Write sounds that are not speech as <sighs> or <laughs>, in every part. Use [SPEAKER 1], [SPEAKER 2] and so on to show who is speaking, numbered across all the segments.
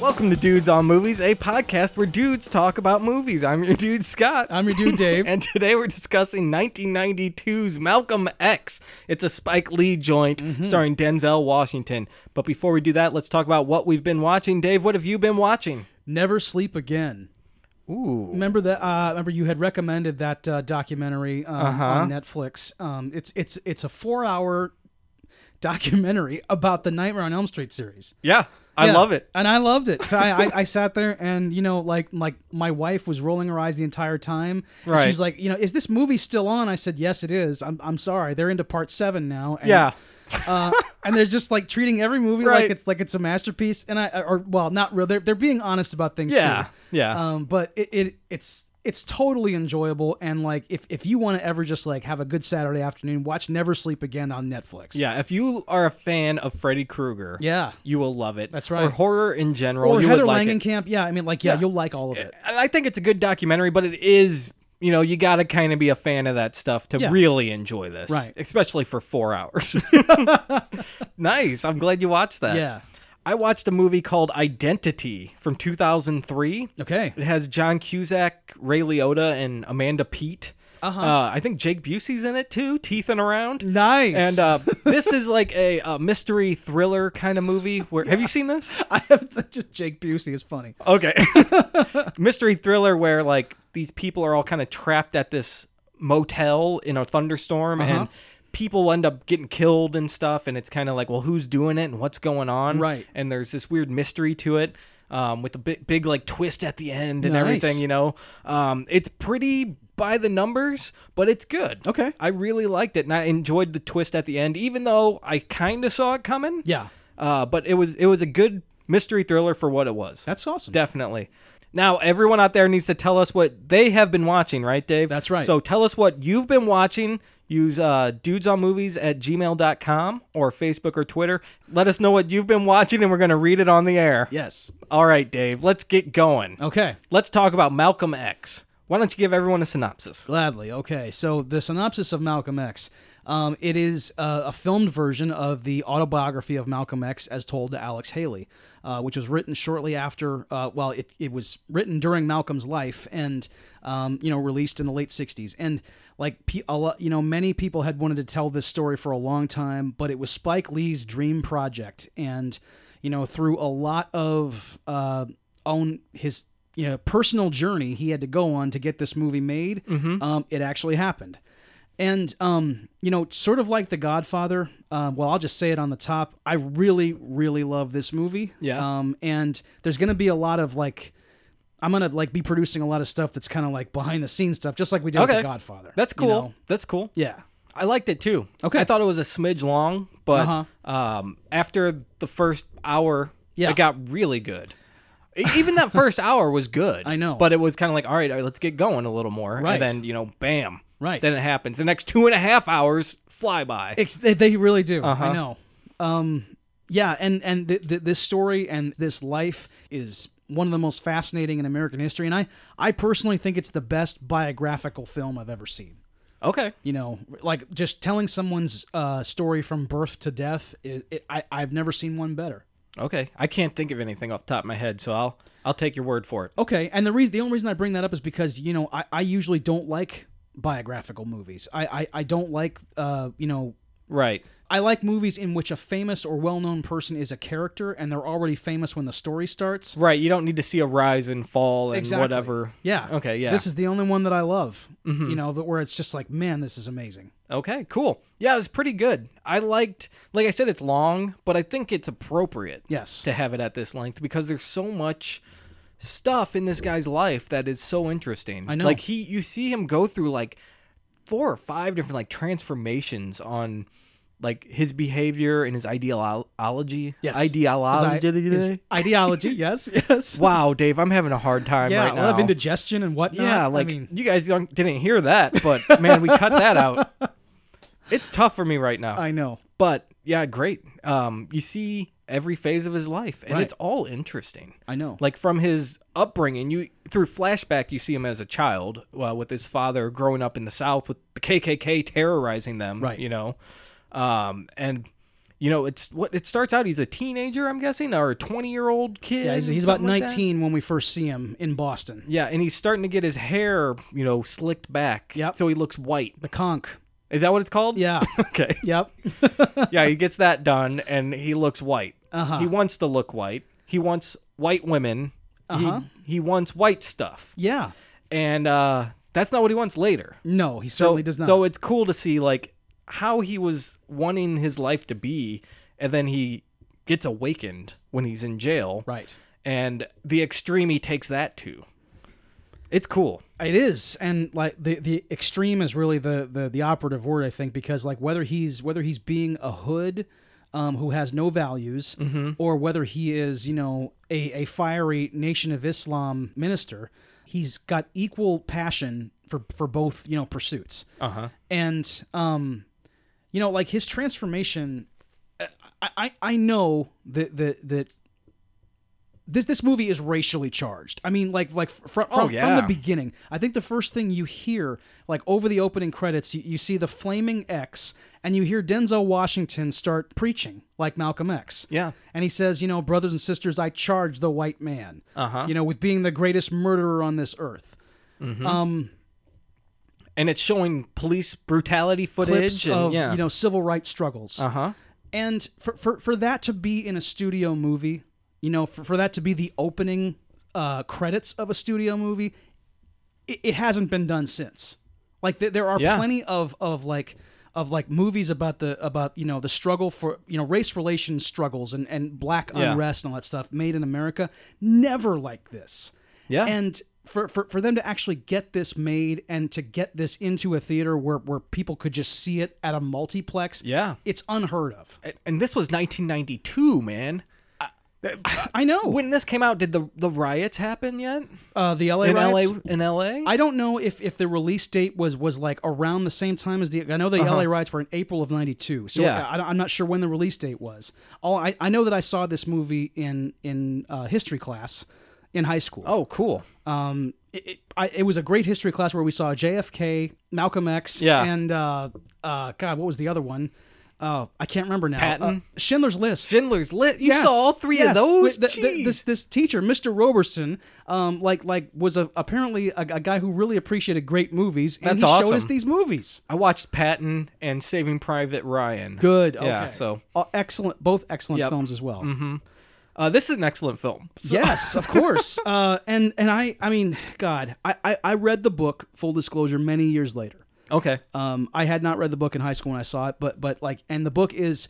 [SPEAKER 1] Welcome to Dudes on Movies, a podcast where dudes talk about movies. I'm your dude, Scott.
[SPEAKER 2] I'm your dude,
[SPEAKER 1] <laughs>
[SPEAKER 2] Dave.
[SPEAKER 1] and today we're discussing 1992's Malcolm X. It's a Spike Lee joint
[SPEAKER 2] Mm-hmm.
[SPEAKER 1] starring Denzel Washington. But before we do that, let's talk about what we've been watching. Dave, what have you been watching?
[SPEAKER 2] Never sleep again.
[SPEAKER 1] Ooh.
[SPEAKER 2] Remember that? Uh, remember you had recommended that uh, documentary um,
[SPEAKER 1] Uh-huh.
[SPEAKER 2] on Netflix. Um, it's it's it's a four-hour documentary about the Nightmare on Elm Street series.
[SPEAKER 1] Yeah, I
[SPEAKER 2] Yeah,
[SPEAKER 1] love it.
[SPEAKER 2] and I loved it. So I, I, I sat there, and you know, like like my wife was rolling her eyes the entire time. And
[SPEAKER 1] Right.
[SPEAKER 2] She was like, you know, is this movie still on? I said, yes, it is. I'm I'm sorry, they're into part seven now. And,
[SPEAKER 1] Yeah.
[SPEAKER 2] uh, and they're just like treating every movie
[SPEAKER 1] Right.
[SPEAKER 2] like it's like it's a masterpiece. And I uh, or well, not real. They're they're being honest about things.
[SPEAKER 1] Yeah.
[SPEAKER 2] Too.
[SPEAKER 1] Yeah.
[SPEAKER 2] Um, but it, it it's it's totally enjoyable and like if, if you want to ever just like have a good Saturday afternoon, watch Never Sleep Again on Netflix.
[SPEAKER 1] yeah. If you are a fan of Freddy Krueger,
[SPEAKER 2] Yeah.
[SPEAKER 1] you will love it.
[SPEAKER 2] That's right.
[SPEAKER 1] Or horror in general,
[SPEAKER 2] Or
[SPEAKER 1] you
[SPEAKER 2] Heather
[SPEAKER 1] would like it.
[SPEAKER 2] Langenkamp. Yeah, I mean like yeah,
[SPEAKER 1] Yeah.
[SPEAKER 2] you'll like all of it.
[SPEAKER 1] I I think it's a good documentary, but it is, you know, you got to kind of be a fan of that stuff to
[SPEAKER 2] Yeah.
[SPEAKER 1] really enjoy this.
[SPEAKER 2] Right.
[SPEAKER 1] Especially for four
[SPEAKER 2] <laughs>
[SPEAKER 1] hours. <laughs> nice. I'm glad you watched that.
[SPEAKER 2] Yeah.
[SPEAKER 1] I watched a movie called Identity from 2003.
[SPEAKER 2] Okay.
[SPEAKER 1] It has John Cusack, Ray Liotta, and Amanda Peet.
[SPEAKER 2] Uh-huh.
[SPEAKER 1] Uh, I think Jake Busey's in it too, teething around.
[SPEAKER 2] Nice.
[SPEAKER 1] And uh, this is like a, uh mystery thriller kind of movie. Where have you seen this?
[SPEAKER 2] <laughs> I have <laughs> just Jake Busey is funny.
[SPEAKER 1] Okay. <laughs> Mystery thriller where like these people are all kind of trapped at this motel in a thunderstorm
[SPEAKER 2] Uh-huh.
[SPEAKER 1] and people end up getting killed and stuff and it's kind of like well who's doing it and what's going on
[SPEAKER 2] Right.
[SPEAKER 1] and there's this weird mystery to it um, with the big, big like twist at the end and
[SPEAKER 2] Nice.
[SPEAKER 1] everything you know um, it's pretty by the numbers but it's good
[SPEAKER 2] Okay.
[SPEAKER 1] i really liked it and i enjoyed the twist at the end even though i kind of saw it coming
[SPEAKER 2] Yeah.
[SPEAKER 1] uh, but it was it was a good mystery thriller for what it was
[SPEAKER 2] That's awesome.
[SPEAKER 1] Definitely. Now, everyone out there needs to tell us what they have been watching, right, Dave?
[SPEAKER 2] That's right.
[SPEAKER 1] So tell us what you've been watching. Use uh, dudesonmovies at gmail.com or Facebook or Twitter. Let us know what you've been watching, and we're going to read it on the air.
[SPEAKER 2] yes.
[SPEAKER 1] All right, Dave, let's get going.
[SPEAKER 2] Okay.
[SPEAKER 1] Let's talk about Malcolm X. Why don't you give everyone a synopsis?
[SPEAKER 2] Gladly. Okay. So the synopsis of Malcolm X. Um, it is uh, a filmed version of the autobiography of Malcolm X as told to Alex Haley, uh, which was written shortly after. Uh, well, it, it was written during Malcolm's life and um, you know released in the late '60s. And like pe- a lot, you know, many people had wanted to tell this story for a long time, but it was Spike Lee's dream project. And you know, through a lot of uh, own his you know personal journey he had to go on to get this movie made
[SPEAKER 1] Mm-hmm.
[SPEAKER 2] um, it actually happened and um, you know sort of like the godfather uh, well i'll just say it on the top i really really love this movie
[SPEAKER 1] Yeah.
[SPEAKER 2] um, and there's gonna be a lot of like i'm gonna like be producing a lot of stuff that's kind of like behind the scenes stuff just like we did with
[SPEAKER 1] Okay.
[SPEAKER 2] the godfather
[SPEAKER 1] That's
[SPEAKER 2] you
[SPEAKER 1] cool.
[SPEAKER 2] know?
[SPEAKER 1] That's cool.
[SPEAKER 2] yeah
[SPEAKER 1] I liked it too.
[SPEAKER 2] Okay.
[SPEAKER 1] I thought it was a smidge long, but
[SPEAKER 2] Uh-huh.
[SPEAKER 1] um, after the first hour,
[SPEAKER 2] Yeah.
[SPEAKER 1] it got really good. E- Even that
[SPEAKER 2] <laughs>
[SPEAKER 1] first hour was good.
[SPEAKER 2] I know.
[SPEAKER 1] But it was kind of like, all right, all right, let's get going a little more.
[SPEAKER 2] Right.
[SPEAKER 1] And then, you know, bam.
[SPEAKER 2] Right.
[SPEAKER 1] Then it happens. The next two and a half hours fly by.
[SPEAKER 2] It's, they, they really do. I know. Um, yeah, and and th- th- this story and this life is one of the most fascinating in American history, and I I personally think it's the best biographical film I've ever seen.
[SPEAKER 1] okay.
[SPEAKER 2] You know, like just telling someone's uh, story from birth to death. It, it, I I've never seen one better.
[SPEAKER 1] Okay. I can't think of anything off the top of my head, so I'll I'll take your word for it.
[SPEAKER 2] Okay, and the reason the only reason I bring that up is because you know I, I usually don't like biographical movies. I I, I don't like uh you know
[SPEAKER 1] Right.
[SPEAKER 2] I like movies in which a famous or well-known person is a character and they're already famous when the story starts.
[SPEAKER 1] Right. You don't need to see a rise and fall and
[SPEAKER 2] Exactly.
[SPEAKER 1] whatever.
[SPEAKER 2] Yeah.
[SPEAKER 1] Okay, yeah. Mm-hmm.
[SPEAKER 2] This is the only one that I love. You know, that where it's just like, man, this is amazing.
[SPEAKER 1] Okay, cool. Yeah, it was pretty good. I liked, like I said, it's long, but I think it's appropriate.
[SPEAKER 2] Yes.
[SPEAKER 1] to have it at this length because there's so much stuff in this guy's life that is so interesting.
[SPEAKER 2] I know.
[SPEAKER 1] Like he, you see him go through like four or five different like transformations on like his behavior and his ideology.
[SPEAKER 2] Yes.
[SPEAKER 1] Ideology.
[SPEAKER 2] His i- his ideology, yes, <laughs> yes.
[SPEAKER 1] wow, Dave, I'm having a hard time
[SPEAKER 2] yeah,
[SPEAKER 1] right
[SPEAKER 2] a
[SPEAKER 1] now.
[SPEAKER 2] lot of indigestion and whatnot.
[SPEAKER 1] Yeah, like
[SPEAKER 2] I mean,
[SPEAKER 1] you guys don't, didn't hear that, but man, we cut that
[SPEAKER 2] <laughs>
[SPEAKER 1] out. It's tough for me right now.
[SPEAKER 2] I know.
[SPEAKER 1] but yeah, great. Um, you see every phase of his life, and
[SPEAKER 2] Right.
[SPEAKER 1] it's all interesting
[SPEAKER 2] I know.
[SPEAKER 1] like from his upbringing you through flashback you see him as a child uh, with his father growing up in the south with the kkk terrorizing them
[SPEAKER 2] Right.
[SPEAKER 1] you know um, and You know, it's what it starts out. He's a teenager, I'm guessing, or a 20 year old kid.
[SPEAKER 2] Yeah, he's, he's about
[SPEAKER 1] something like that.
[SPEAKER 2] 19 when we first see him in Boston.
[SPEAKER 1] Yeah, and he's starting to get his hair, you know, slicked back.
[SPEAKER 2] Yep.
[SPEAKER 1] So he looks white.
[SPEAKER 2] The conch.
[SPEAKER 1] Is that what it's called?
[SPEAKER 2] Yeah.
[SPEAKER 1] <laughs> Okay.
[SPEAKER 2] yep. <laughs>
[SPEAKER 1] yeah, he gets that done, and he looks white.
[SPEAKER 2] Uh-huh.
[SPEAKER 1] He wants to look white. He wants white women.
[SPEAKER 2] Uh-huh.
[SPEAKER 1] He, he wants white stuff,
[SPEAKER 2] yeah.
[SPEAKER 1] and uh, that's not what he wants later.
[SPEAKER 2] No, he
[SPEAKER 1] So,
[SPEAKER 2] certainly does not.
[SPEAKER 1] so it's cool to see like how he was wanting his life to be, and then he gets awakened when he's in jail,
[SPEAKER 2] right.
[SPEAKER 1] and the extreme he takes that to. It's cool.
[SPEAKER 2] It is, and like the the extreme is really the the the operative word I think because like whether he's whether he's being a hood. Um, who has no values, or whether he is, you know, a, a fiery Nation of Islam minister, he's got equal passion for, for both, you know, pursuits.
[SPEAKER 1] Uh huh.
[SPEAKER 2] and um you know like his transformation I- i i know that that that this this movie is racially charged i mean like like fr- from, from,
[SPEAKER 1] Oh, yeah.
[SPEAKER 2] the beginning i think the first thing you hear like over the opening credits you, you see the flaming x and you hear denzel washington start preaching like malcolm x
[SPEAKER 1] Yeah.
[SPEAKER 2] and he says, you know, brothers and sisters, I charge the white man,
[SPEAKER 1] Uh-huh.
[SPEAKER 2] you know, with being the greatest murderer on this earth.
[SPEAKER 1] And it's showing police brutality footage.
[SPEAKER 2] Clips
[SPEAKER 1] and,
[SPEAKER 2] of
[SPEAKER 1] yeah.
[SPEAKER 2] you know civil rights struggles.
[SPEAKER 1] uh huh.
[SPEAKER 2] and for, for for that to be in a studio movie you know for, for that to be the opening uh credits of a studio movie it, it hasn't been done since like th- there are
[SPEAKER 1] Yeah.
[SPEAKER 2] plenty of of like of like movies about the about you know the struggle for you know race relations struggles and and black
[SPEAKER 1] Yeah.
[SPEAKER 2] unrest and all that stuff made in america never like this
[SPEAKER 1] Yeah.
[SPEAKER 2] and for, for, for them to actually get this made and to get this into a theater where, where people could just see it at a multiplex
[SPEAKER 1] Yeah.
[SPEAKER 2] it's unheard of.
[SPEAKER 1] And- And this was 1992, man.
[SPEAKER 2] I know.
[SPEAKER 1] When this came out, did the the riots happen yet
[SPEAKER 2] uh, the LA
[SPEAKER 1] in
[SPEAKER 2] riots.
[SPEAKER 1] LA? In LA?
[SPEAKER 2] I don't know if, if the release date was was like around the same time as the. I know the LA riots were in April of '92, so
[SPEAKER 1] Uh-huh. Yeah.
[SPEAKER 2] I, am not sure when the release date was. All I, I know that I saw this movie in in uh, history class in high school.
[SPEAKER 1] oh, cool.
[SPEAKER 2] Um, it, it, I, it was a great history class where we saw JFK, Malcolm X,
[SPEAKER 1] Yeah.
[SPEAKER 2] and uh, uh, God, what was the other one? Uh, I can't remember now.
[SPEAKER 1] Patton?
[SPEAKER 2] Uh, Schindler's List.
[SPEAKER 1] Schindler's Lit. You
[SPEAKER 2] Yes,
[SPEAKER 1] saw all three
[SPEAKER 2] yes.
[SPEAKER 1] of those.
[SPEAKER 2] Th- th- this this teacher, Mr. Roberson, um, like like was a, apparently a, a guy who really appreciated great movies, and
[SPEAKER 1] That's
[SPEAKER 2] he showed us
[SPEAKER 1] awesome.
[SPEAKER 2] these movies.
[SPEAKER 1] I watched Patton and Saving Private Ryan.
[SPEAKER 2] Good. Okay.
[SPEAKER 1] Yeah, so-
[SPEAKER 2] Uh, excellent, both excellent
[SPEAKER 1] Yep.
[SPEAKER 2] films as well.
[SPEAKER 1] Uh, this is an excellent film. So-
[SPEAKER 2] Yes, <laughs> of course. uh, and and I I mean, God, I, I I read the book. Full disclosure, many years later.
[SPEAKER 1] Okay.
[SPEAKER 2] Um, I had not read the book in high school when I saw it, but but like, and the book is,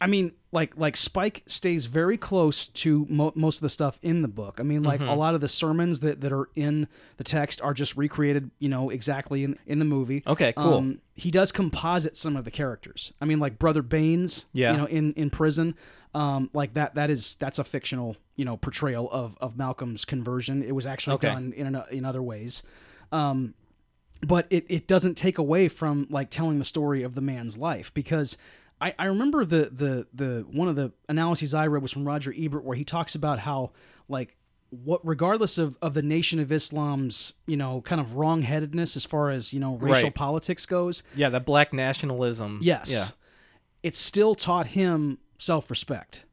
[SPEAKER 2] I mean, like like Spike stays very close to mo- most of the stuff in the book. I mean, like
[SPEAKER 1] Mm-hmm.
[SPEAKER 2] a lot of the sermons that that are in the text are just recreated, you know, exactly in in the movie.
[SPEAKER 1] Okay, cool.
[SPEAKER 2] Um, he does composite some of the characters. I mean, like Brother Baines,
[SPEAKER 1] Yeah.
[SPEAKER 2] you know, in in prison. Um, like that that is that's a fictional you know portrayal of of Malcolm's conversion. It was actually
[SPEAKER 1] Okay.
[SPEAKER 2] done in an, in other ways. Um, but it, it doesn't take away from like telling the story of the man's life because I, I remember the, the the one of the analyses I read was from Roger Ebert where he talks about how like what regardless of, of the Nation of Islam's, you know, kind of wrongheadedness as far as, you know, racial
[SPEAKER 1] Right.
[SPEAKER 2] politics goes,
[SPEAKER 1] Yeah, the black nationalism.
[SPEAKER 2] yes.
[SPEAKER 1] Yeah.
[SPEAKER 2] It still taught him self respect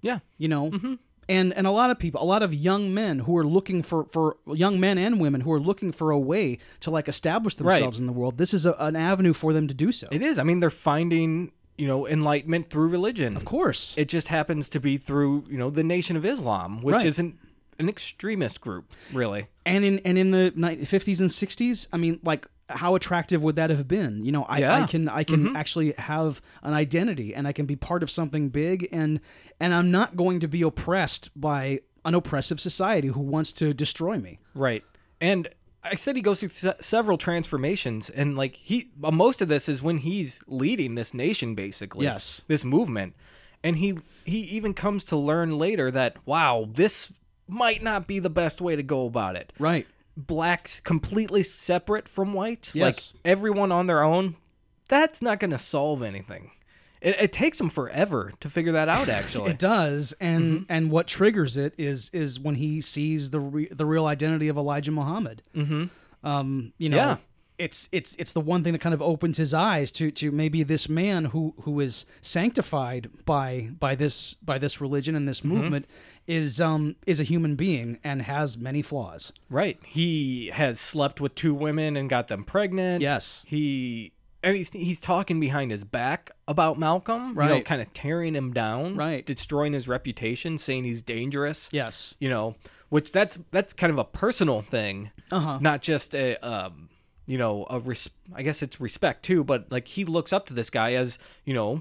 [SPEAKER 1] Yeah.
[SPEAKER 2] you know
[SPEAKER 1] Mm-hmm.
[SPEAKER 2] and and a lot of people a lot of young men who are looking for for young men and women who are looking for a way to like establish themselves in the world this is a, an avenue for them to do so
[SPEAKER 1] It is. I mean, they're finding you know enlightenment through religion.
[SPEAKER 2] of course
[SPEAKER 1] It just happens to be through you know the Nation of Islam, which
[SPEAKER 2] Right.
[SPEAKER 1] isn't an extremist group, really.
[SPEAKER 2] and in and in the ni- 50s and 60s i mean like how attractive would that have been you know i, I
[SPEAKER 1] Yeah. Mm-hmm.
[SPEAKER 2] can i can actually have an identity and i can be part of something big and and i'm not going to be oppressed by an oppressive society who wants to destroy me
[SPEAKER 1] Right. And I said he goes through se- several transformations, and like he, uh, most of this is when he's leading this nation, basically.
[SPEAKER 2] Yes.
[SPEAKER 1] This movement, and he he even comes to learn later that wow, this might not be the best way to go about it.
[SPEAKER 2] right
[SPEAKER 1] Blacks completely separate from whites,
[SPEAKER 2] Yes.
[SPEAKER 1] like everyone on their own. That's not going to solve anything. It, it takes them forever to figure that out.
[SPEAKER 2] <laughs>
[SPEAKER 1] Actually,
[SPEAKER 2] It does, and
[SPEAKER 1] Mm-hmm.
[SPEAKER 2] and what triggers it is is when he sees the re- the real identity of Elijah Muhammad. Mm-hmm. Um, you know,
[SPEAKER 1] Yeah.
[SPEAKER 2] it's it's it's the one thing that kind of opens his eyes to to maybe this man who who is sanctified by by this by this religion and this
[SPEAKER 1] Mm-hmm.
[SPEAKER 2] movement is um is a human being and has many flaws.
[SPEAKER 1] Right. He has slept with two women and got them pregnant.
[SPEAKER 2] Yes.
[SPEAKER 1] He and he's he's talking behind his back about Malcolm, you know,
[SPEAKER 2] Right.
[SPEAKER 1] kind of tearing him down,
[SPEAKER 2] Right.
[SPEAKER 1] destroying his reputation, saying he's dangerous.
[SPEAKER 2] Yes.
[SPEAKER 1] You know, which that's that's kind of a personal thing,
[SPEAKER 2] Uh-huh.
[SPEAKER 1] not just a um, you know, a res- I guess it's respect too, but like he looks up to this guy as, you know,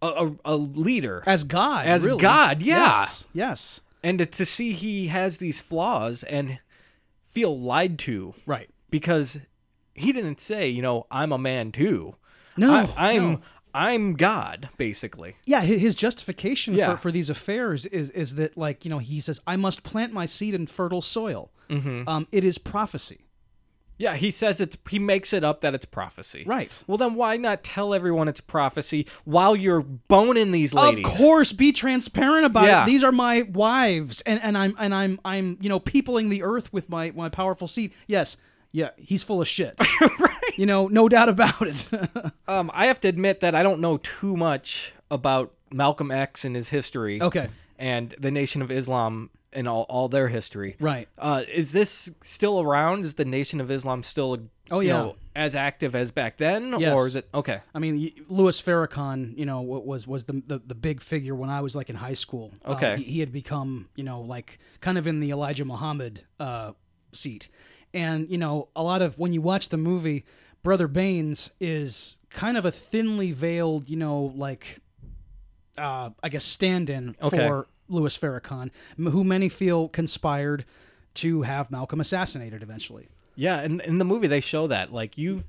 [SPEAKER 1] a, a, a leader.
[SPEAKER 2] As God.
[SPEAKER 1] As
[SPEAKER 2] really.
[SPEAKER 1] God, yeah.
[SPEAKER 2] Yes. Yes.
[SPEAKER 1] and to, to see he has these flaws and feel lied to
[SPEAKER 2] Right.
[SPEAKER 1] because he didn't say, you know, I'm a man too.
[SPEAKER 2] No,
[SPEAKER 1] I, I'm
[SPEAKER 2] no.
[SPEAKER 1] I'm God basically.
[SPEAKER 2] Yeah, hi- his justification
[SPEAKER 1] Yeah.
[SPEAKER 2] for, for these affairs is is that like you know he says I must plant my seed in fertile soil.
[SPEAKER 1] Mm-hmm.
[SPEAKER 2] Um, it is prophecy,
[SPEAKER 1] Yeah, he says it's he makes it up that it's prophecy.
[SPEAKER 2] right?
[SPEAKER 1] Well, then why not tell everyone it's prophecy while you're boning these ladies?
[SPEAKER 2] Of course, be transparent about
[SPEAKER 1] Yeah.
[SPEAKER 2] it. These are my wives, and, and I'm and I'm I'm you know peopling the earth with my my powerful seed. Yes, yeah, he's full of
[SPEAKER 1] <laughs>
[SPEAKER 2] shit. You know, no doubt about it. <laughs>
[SPEAKER 1] Um, I have to admit that I don't know too much about Malcolm X and his history.
[SPEAKER 2] okay,
[SPEAKER 1] And the Nation of Islam and all, all their history.
[SPEAKER 2] right.
[SPEAKER 1] Uh, is this still around? Is the Nation of Islam still,
[SPEAKER 2] Oh,
[SPEAKER 1] you
[SPEAKER 2] yeah.
[SPEAKER 1] know, as active as back then,
[SPEAKER 2] Yes.
[SPEAKER 1] or is it okay?
[SPEAKER 2] I mean, y- Louis Farrakhan, you know, wa- was was the, the the big figure when I was like in high school. Uh,
[SPEAKER 1] Okay.
[SPEAKER 2] he, he had become, you know, like kind of in the Elijah Muhammad uh, seat, and you know, a lot of when you watch the movie, Brother Baines is kind of a thinly veiled, you know, like uh, I guess stand-in
[SPEAKER 1] Okay.
[SPEAKER 2] for Louis Farrakhan, m- who many feel conspired to have Malcolm assassinated eventually.
[SPEAKER 1] Yeah, and in the movie they show that like you,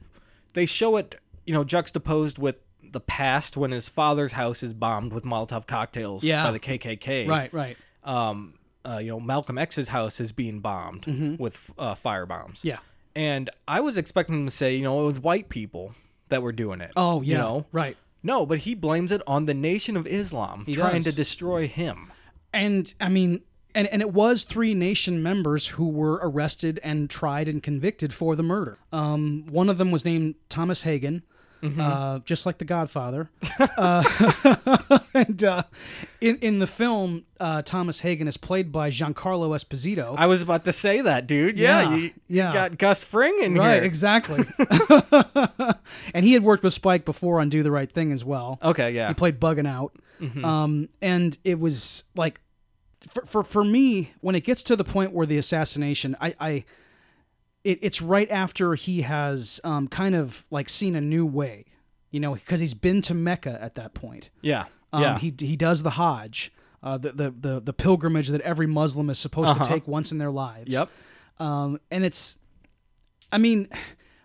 [SPEAKER 1] they show it you know juxtaposed with the past when his father's house is bombed with Molotov cocktails
[SPEAKER 2] Yeah.
[SPEAKER 1] by the KKK.
[SPEAKER 2] Right, right,
[SPEAKER 1] Um. Uh, you know Malcolm X's house is being bombed with uh, firebombs.
[SPEAKER 2] Mm-hmm. yeah.
[SPEAKER 1] And I was expecting him to say you know it was white people that were doing it.
[SPEAKER 2] Oh, yeah,
[SPEAKER 1] You know.
[SPEAKER 2] right.
[SPEAKER 1] No, but he blames it on the Nation of Islam trying
[SPEAKER 2] does.
[SPEAKER 1] to destroy him.
[SPEAKER 2] and I mean, and and it was three nation members who were arrested and tried and convicted for the murder. Um, one of them was named Thomas Hagen, uh, just like The Godfather. uh, <laughs> and uh, in in the film, uh, Thomas Hagen is played by Giancarlo Esposito.
[SPEAKER 1] I was about to say that, dude. Yeah,
[SPEAKER 2] Yeah,
[SPEAKER 1] you
[SPEAKER 2] yeah.
[SPEAKER 1] got Gus Fring in
[SPEAKER 2] Right,
[SPEAKER 1] here.
[SPEAKER 2] exactly. <laughs> and he had worked with Spike before on Do the Right Thing as well.
[SPEAKER 1] okay, yeah.
[SPEAKER 2] He played Bugging Out.
[SPEAKER 1] Mm-hmm.
[SPEAKER 2] Um, and it was like, for, for, for me, when it gets to the point where the assassination, I, I it, it's right after he has um, kind of like seen a new way, you know, because he's been to Mecca at that point.
[SPEAKER 1] yeah.
[SPEAKER 2] Um,
[SPEAKER 1] yeah.
[SPEAKER 2] He, he does the Hajj, uh, the, the, the, the pilgrimage that every Muslim is supposed to take once in their lives.
[SPEAKER 1] Uh-huh. yep.
[SPEAKER 2] Um, and it's, I mean,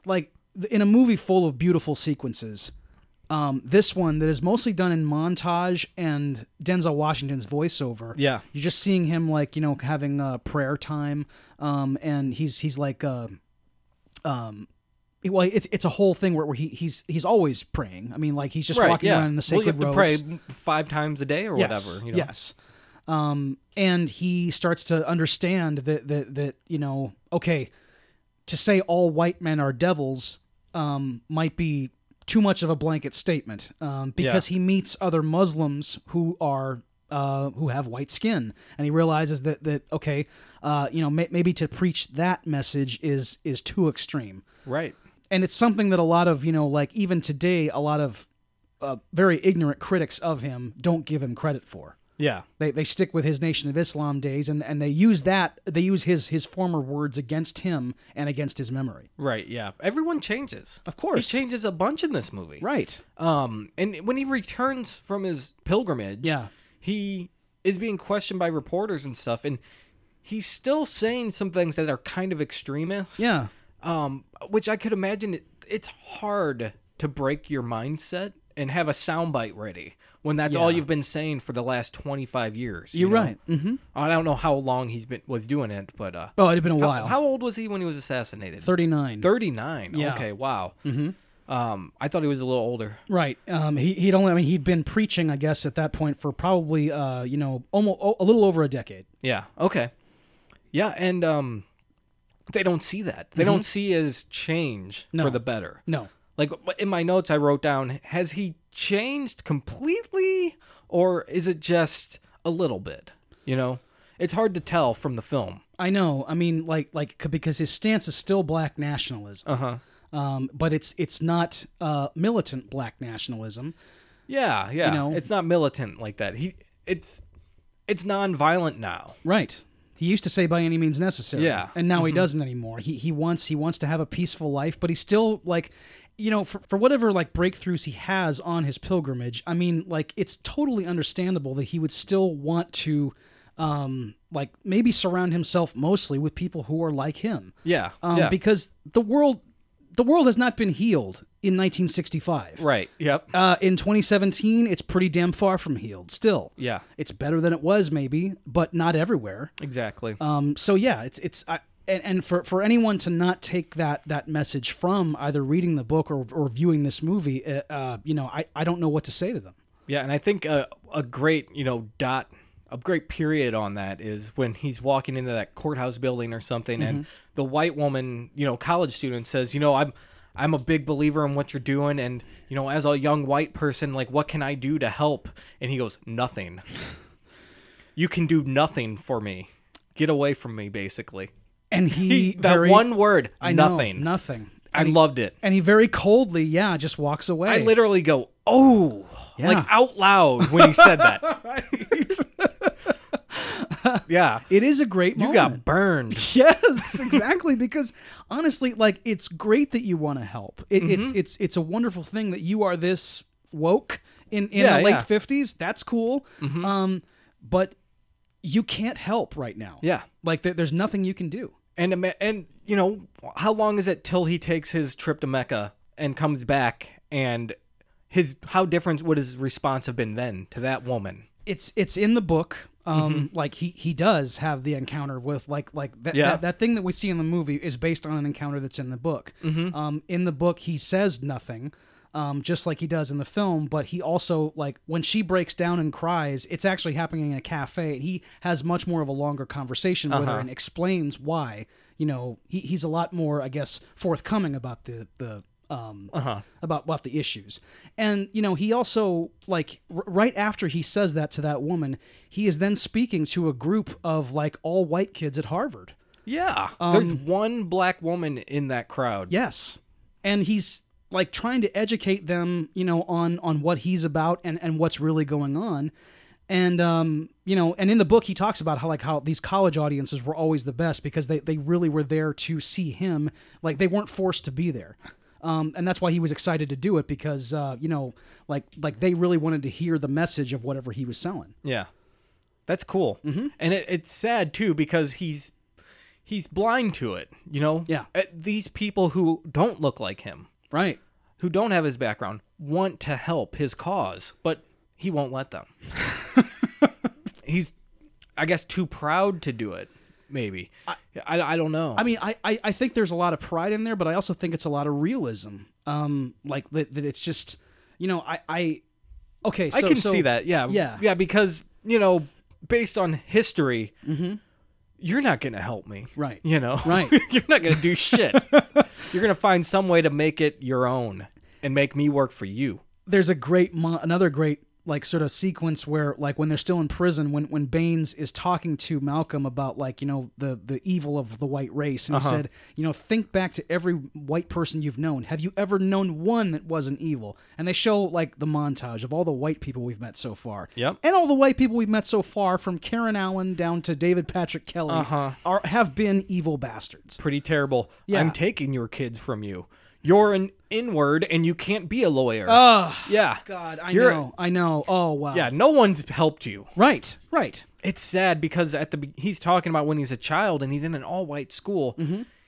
[SPEAKER 2] like th- in a movie full of beautiful sequences, um, this one that is mostly done in montage and Denzel Washington's voiceover.
[SPEAKER 1] Yeah.
[SPEAKER 2] You're just seeing him like, you know, having uh, prayer time. Um, and he's, he's like, uh, um, it- well, it's it's a whole thing where, where he he's he's always praying. I mean, like he's just walking around in the
[SPEAKER 1] well, you
[SPEAKER 2] sacred
[SPEAKER 1] have to
[SPEAKER 2] robes.
[SPEAKER 1] pray five times a day or
[SPEAKER 2] Yes,
[SPEAKER 1] whatever. You know?
[SPEAKER 2] Yes. Um, and he starts to understand that that that you know, okay, to say all white men are devils um, might be too much of a blanket statement um, because he meets other Muslims who are. Uh, who have white skin, and he realizes that that okay, uh, you know, may, maybe to preach that message is is too extreme
[SPEAKER 1] Right.
[SPEAKER 2] and it's something that a lot of you know like even today a lot of uh, very ignorant critics of him don't give him credit for
[SPEAKER 1] Yeah.
[SPEAKER 2] they, they stick with his nation of islam days and, and they use that they use his his former words against him and against his memory
[SPEAKER 1] Right. Yeah. Everyone changes.
[SPEAKER 2] of
[SPEAKER 1] He
[SPEAKER 2] course
[SPEAKER 1] changes a bunch in this movie.
[SPEAKER 2] right
[SPEAKER 1] Um, and when he returns from his pilgrimage,
[SPEAKER 2] Yeah.
[SPEAKER 1] he is being questioned by reporters and stuff, and he's still saying some things that are kind of extremist.
[SPEAKER 2] yeah
[SPEAKER 1] Um, which I could imagine it, it's hard to break your mindset and have a soundbite ready when that's all
[SPEAKER 2] Yeah.
[SPEAKER 1] you've been saying for the last 25 years. you
[SPEAKER 2] you're
[SPEAKER 1] know?
[SPEAKER 2] right mm-hmm
[SPEAKER 1] I don't know how long he's been was doing it, but uh,
[SPEAKER 2] oh it had been a
[SPEAKER 1] how-
[SPEAKER 2] while
[SPEAKER 1] How, old was he when he was assassinated?
[SPEAKER 2] 39
[SPEAKER 1] Thirty nine.
[SPEAKER 2] Yeah.
[SPEAKER 1] Okay. Wow. Mm-hmm. Um, I thought he was a little older.
[SPEAKER 2] Right. Um, he, he'd only, I mean, he'd been preaching, I guess, at that point for probably, uh, you know, almost a little over a decade.
[SPEAKER 1] Yeah. Okay. Yeah, and um, they don't see that. They don't see his change
[SPEAKER 2] Mm-hmm. No.
[SPEAKER 1] for the better.
[SPEAKER 2] No.
[SPEAKER 1] Like in my notes, I wrote down: Has he changed completely, or is it just a little bit? You know, it's hard to tell from the film.
[SPEAKER 2] I know. I mean, like, like c- because his stance is still black nationalism,
[SPEAKER 1] Uh huh.
[SPEAKER 2] um, but it's it's not uh, militant black nationalism.
[SPEAKER 1] Yeah, yeah.
[SPEAKER 2] know?
[SPEAKER 1] it's not militant like that. He, it's, it's nonviolent now.
[SPEAKER 2] Right. He used to say by any means necessary.
[SPEAKER 1] Yeah. Mm-hmm.
[SPEAKER 2] And now he doesn't anymore. He he wants he wants to have a peaceful life, but he's still like you know, for, for whatever like breakthroughs he has on his pilgrimage, I mean, like it's totally understandable that he would still want to um like maybe surround himself mostly with people who are like him.
[SPEAKER 1] Yeah,
[SPEAKER 2] Um
[SPEAKER 1] yeah.
[SPEAKER 2] because the world the world has not been healed in 1965.
[SPEAKER 1] right. Yep.
[SPEAKER 2] Uh, in 2017, it's pretty damn far from healed still.
[SPEAKER 1] Yeah.
[SPEAKER 2] It's better than it was maybe, but not everywhere.
[SPEAKER 1] Exactly.
[SPEAKER 2] Um, so yeah, it's it's I, and, and for for anyone to not take that that message from either reading the book or, or viewing this movie, uh, uh, you know, I, I don't know what to say to them.
[SPEAKER 1] Yeah, and I think a, a great, you know, dot, a great period on that is when he's walking into that courthouse building or something,
[SPEAKER 2] Mm-hmm.
[SPEAKER 1] and the white woman, you know, college student says, you know, I'm, I'm a big believer in what you're doing, and you know, as a young white person, like, what can I do to help? And he goes, nothing. you can do nothing for me. Get away from me, basically.
[SPEAKER 2] And
[SPEAKER 1] He,
[SPEAKER 2] he,
[SPEAKER 1] <laughs> that
[SPEAKER 2] very,
[SPEAKER 1] one word,
[SPEAKER 2] I know,
[SPEAKER 1] nothing.
[SPEAKER 2] nothing.
[SPEAKER 1] I loved it.
[SPEAKER 2] And he very coldly, yeah, just walks away.
[SPEAKER 1] I literally go, oh,
[SPEAKER 2] Yeah.
[SPEAKER 1] like out loud when he said
[SPEAKER 2] <laughs>
[SPEAKER 1] that. yeah.
[SPEAKER 2] it is a great
[SPEAKER 1] You
[SPEAKER 2] moment.
[SPEAKER 1] got burned.
[SPEAKER 2] Yes, <laughs> exactly. because honestly, like it's great that you want to help. It, It's
[SPEAKER 1] Mm-hmm.
[SPEAKER 2] it's it's a wonderful thing that you are this woke in in
[SPEAKER 1] Yeah,
[SPEAKER 2] the late
[SPEAKER 1] yeah. Mm-hmm.
[SPEAKER 2] fifties. That's cool. Um, but you can't help right now.
[SPEAKER 1] <laughs> Yeah.
[SPEAKER 2] like there, there's nothing you can do.
[SPEAKER 1] And ima- and you know, how long is it till he takes his trip to Mecca and comes back and his how different would his response have been then to that woman?
[SPEAKER 2] It's it's in the book. Um, like he he does have the encounter with like like that,
[SPEAKER 1] Yeah.
[SPEAKER 2] that that thing that we see in the movie is based on an encounter that's in the book. Um, in the book, he says nothing, um, just like he does in the film. But he also like when she breaks down and cries, it's actually happening in a cafe, and he has much more of a longer conversation with her and explains why. You know, he, he's a lot more, I guess, forthcoming about the the. Um, about about the issues, and you know he also like r- right after he says that to that woman, he is then speaking to a group of like all white kids at Harvard.
[SPEAKER 1] Yeah. Um, There's one black woman in that crowd.
[SPEAKER 2] Yes. And he's like trying to educate them, you know, on on what he's about and and what's really going on. And um, you know, and in the book he talks about how like how these college audiences were always the best because they they really were there to see him. Like they weren't forced to be there. Um, and that's why he was excited to do it because uh, you know, like like they really wanted to hear the message of whatever he was selling.
[SPEAKER 1] Yeah. That's cool. And it, it's sad too because he's he's blind to it, you know?
[SPEAKER 2] Yeah.
[SPEAKER 1] Uh, These people who don't look like him.
[SPEAKER 2] Right.
[SPEAKER 1] who don't have his background want to help his cause, but he won't let <laughs> them. He's, I guess, too proud to do it. Maybe I, I, don't know.
[SPEAKER 2] I mean, I, I, I think there's a lot of pride in there, but I also think it's a lot of realism. Um, like that, that it's just, you know, I, I, okay, so,
[SPEAKER 1] I can
[SPEAKER 2] so-
[SPEAKER 1] see that. Yeah,
[SPEAKER 2] yeah.
[SPEAKER 1] yeah. Because you know, based on history, you're not gonna help me,
[SPEAKER 2] Right.
[SPEAKER 1] You know,
[SPEAKER 2] Right.
[SPEAKER 1] <laughs> you're not gonna do <laughs> shit. you're gonna find some way to make it your own and make me work for you.
[SPEAKER 2] There's a great, mo- another great, like sort of sequence where, like, when they're still in prison, when when Baines is talking to Malcolm about, like, you know, the the evil of the white race, and
[SPEAKER 1] Uh-huh.
[SPEAKER 2] he said, you know, think back to every white person you've known. Have you ever known one that wasn't evil? And they show like the montage of all the white people we've met so far.
[SPEAKER 1] Yep.
[SPEAKER 2] and all the white people we've met so far, from Karen Allen down to David Patrick Kelly,
[SPEAKER 1] Uh-huh.
[SPEAKER 2] are, have been evil bastards.
[SPEAKER 1] pretty terrible.
[SPEAKER 2] Yeah.
[SPEAKER 1] I'm taking your kids from you. You're an inward and you can't be a lawyer.
[SPEAKER 2] Oh
[SPEAKER 1] yeah.
[SPEAKER 2] God, I
[SPEAKER 1] You're-
[SPEAKER 2] know, I know. Oh wow.
[SPEAKER 1] Yeah, no one's helped you.
[SPEAKER 2] Right. Right.
[SPEAKER 1] It's sad because at the be- he's talking about when he's a child and he's in an all-white school.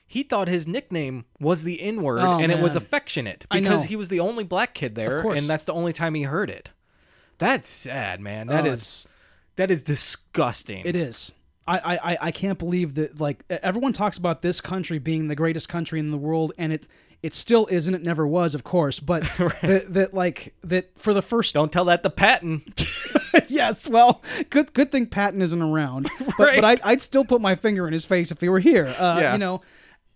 [SPEAKER 1] He thought his nickname was the N-word
[SPEAKER 2] Mm-hmm. Oh,
[SPEAKER 1] and it was
[SPEAKER 2] man.
[SPEAKER 1] affectionate
[SPEAKER 2] I know.
[SPEAKER 1] because he was the only black kid there
[SPEAKER 2] course.
[SPEAKER 1] and that's the only time he heard it. That's sad, man. That
[SPEAKER 2] Oh,
[SPEAKER 1] is that is disgusting.
[SPEAKER 2] It is. I, I, I- I can't believe that like e, everyone talks about this country being the greatest country in the world and it it still isn't it never was of course but that, that like that for the 1st
[SPEAKER 1] Don't tell that to Patton.
[SPEAKER 2] <laughs> yes, well, good good thing Patton isn't around. But, but I, I'd still put my finger in his face if he were here. Uh,
[SPEAKER 1] Yeah.
[SPEAKER 2] You know,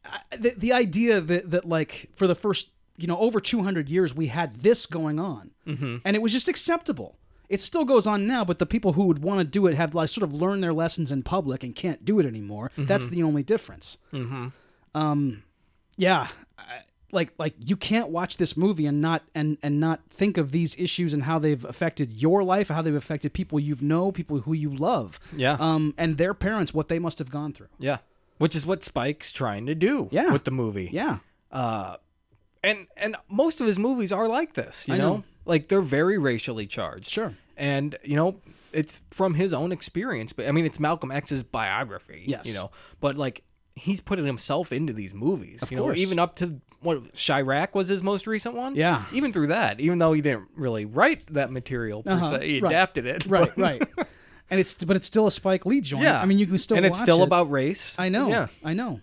[SPEAKER 2] I- the, the idea that that like for the first you know over 200 years we had this going on and it was just acceptable it still goes on now but the people who would want to do it have like sort of learned their lessons in public and can't do it anymore that's the only difference mm-hmm. um yeah I- like like you can't watch this movie and not and and not think of these issues and how they've affected your life how they've affected people you have know people who you love
[SPEAKER 1] Yeah.
[SPEAKER 2] um and their parents what they must have gone through
[SPEAKER 1] Yeah. Which is what Spike's trying to do
[SPEAKER 2] Yeah.
[SPEAKER 1] with the movie.
[SPEAKER 2] yeah
[SPEAKER 1] Uh, and and most of his movies are like this, you
[SPEAKER 2] I
[SPEAKER 1] know?
[SPEAKER 2] know.
[SPEAKER 1] Like they're very racially charged.
[SPEAKER 2] Sure.
[SPEAKER 1] And, you know, it's from his own experience, but I mean it's Malcolm X's biography.
[SPEAKER 2] Yes.
[SPEAKER 1] You know. But like he's putting himself into these movies. Of you
[SPEAKER 2] course.
[SPEAKER 1] know, even up to what Chirac was his most recent one.
[SPEAKER 2] Yeah.
[SPEAKER 1] Even through that, even though he didn't really write that material per
[SPEAKER 2] Uh-huh.
[SPEAKER 1] se, he
[SPEAKER 2] Right.
[SPEAKER 1] adapted it.
[SPEAKER 2] right
[SPEAKER 1] but-
[SPEAKER 2] right
[SPEAKER 1] <laughs>
[SPEAKER 2] and it's but it's still a spike lee joint
[SPEAKER 1] Yeah.
[SPEAKER 2] i mean you can still
[SPEAKER 1] And it's
[SPEAKER 2] watch
[SPEAKER 1] still
[SPEAKER 2] it.
[SPEAKER 1] about race.
[SPEAKER 2] i know
[SPEAKER 1] Yeah.
[SPEAKER 2] i know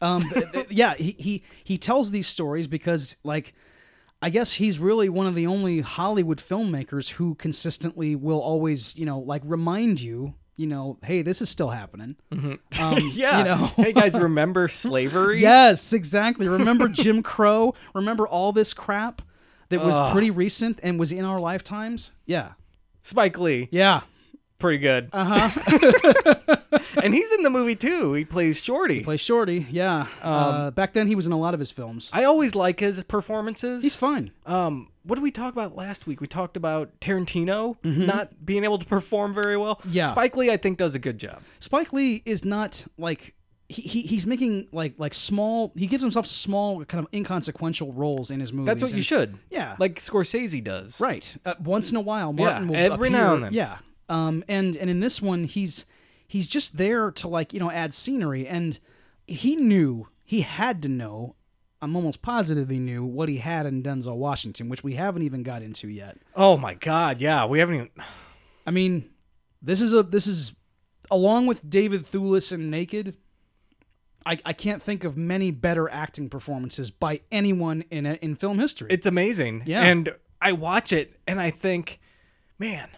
[SPEAKER 2] um th- th- <laughs> yeah he, he he tells these stories because like i guess he's really one of the only hollywood filmmakers who consistently will always you know like remind you you know hey this is still happening
[SPEAKER 1] Mm-hmm.
[SPEAKER 2] um,
[SPEAKER 1] <laughs> yeah.
[SPEAKER 2] you know
[SPEAKER 1] hey
[SPEAKER 2] <laughs>
[SPEAKER 1] guys, remember slavery?
[SPEAKER 2] Yes, exactly. Remember
[SPEAKER 1] <laughs>
[SPEAKER 2] Jim Crow? Remember all this crap that was
[SPEAKER 1] Ugh.
[SPEAKER 2] pretty recent and was in our lifetimes? Yeah.
[SPEAKER 1] Spike Lee,
[SPEAKER 2] Yeah.
[SPEAKER 1] pretty good.
[SPEAKER 2] Uh huh.
[SPEAKER 1] Uh-huh. <laughs> and he's in the movie too. He plays Shorty.
[SPEAKER 2] Play Shorty. Yeah. uh, back then, he was in a lot of his films.
[SPEAKER 1] Um, I always like his performances.
[SPEAKER 2] He's fine.
[SPEAKER 1] um, what did we talk about last week? We talked about Tarantino not being able to perform very well.
[SPEAKER 2] Yeah.
[SPEAKER 1] Spike Lee, I think, does a good job.
[SPEAKER 2] Spike Lee is not like. He, he, he's making like like small he gives himself small kind of inconsequential roles in his movies.
[SPEAKER 1] That's what you
[SPEAKER 2] and-
[SPEAKER 1] should.
[SPEAKER 2] Yeah.
[SPEAKER 1] Like Scorsese does.
[SPEAKER 2] Right. Uh, once in a while, Martin
[SPEAKER 1] Yeah,
[SPEAKER 2] will
[SPEAKER 1] every
[SPEAKER 2] appear-
[SPEAKER 1] now and then.
[SPEAKER 2] Yeah. Um. And and in this one, he's he's just there to like you know add scenery, and he knew he had to know. I'm almost positive he knew what he had in Denzel Washington, which we haven't even got into yet.
[SPEAKER 1] Oh my God. Yeah. We haven't even. <sighs>
[SPEAKER 2] I mean, this is a this is along with David Thewlis and Naked. I, I can't think of many better acting performances by anyone in in film history.
[SPEAKER 1] It's amazing.
[SPEAKER 2] Yeah.
[SPEAKER 1] And I watch it and I think, man,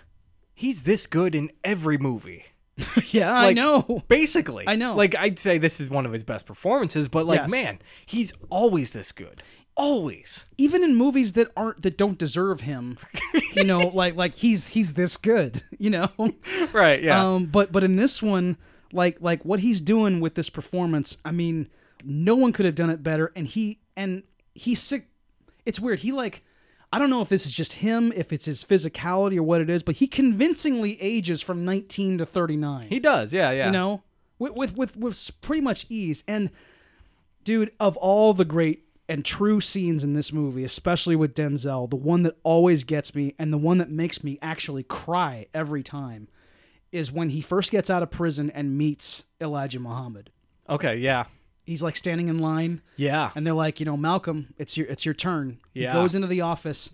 [SPEAKER 1] he's this good in every movie.
[SPEAKER 2] yeah, <laughs> I
[SPEAKER 1] like-
[SPEAKER 2] know.
[SPEAKER 1] Basically,
[SPEAKER 2] I know.
[SPEAKER 1] Like I'd say this is one of his best performances, but like,
[SPEAKER 2] Yes.
[SPEAKER 1] man, he's always this good. Always.
[SPEAKER 2] even in movies that aren't that don't deserve him you know like like he's he's this good you know
[SPEAKER 1] Right. Yeah.
[SPEAKER 2] um but but in this one like like what he's doing with this performance i mean no one could have done it better and he and he sick it's weird he like i don't know if this is just him if it's his physicality or what it is but he convincingly ages from 19 to 39
[SPEAKER 1] he does. Yeah. Yeah.
[SPEAKER 2] you know with with with, with s- pretty much ease and dude of all the great and true scenes in this movie especially with denzel the one that always gets me and the one that makes me actually cry every time is when he first gets out of prison and meets elijah muhammad
[SPEAKER 1] Okay. Yeah.
[SPEAKER 2] he's like standing in line
[SPEAKER 1] Yeah.
[SPEAKER 2] and they're like, you know, Malcolm, it's your it's your turn.
[SPEAKER 1] Yeah.
[SPEAKER 2] He goes into the office,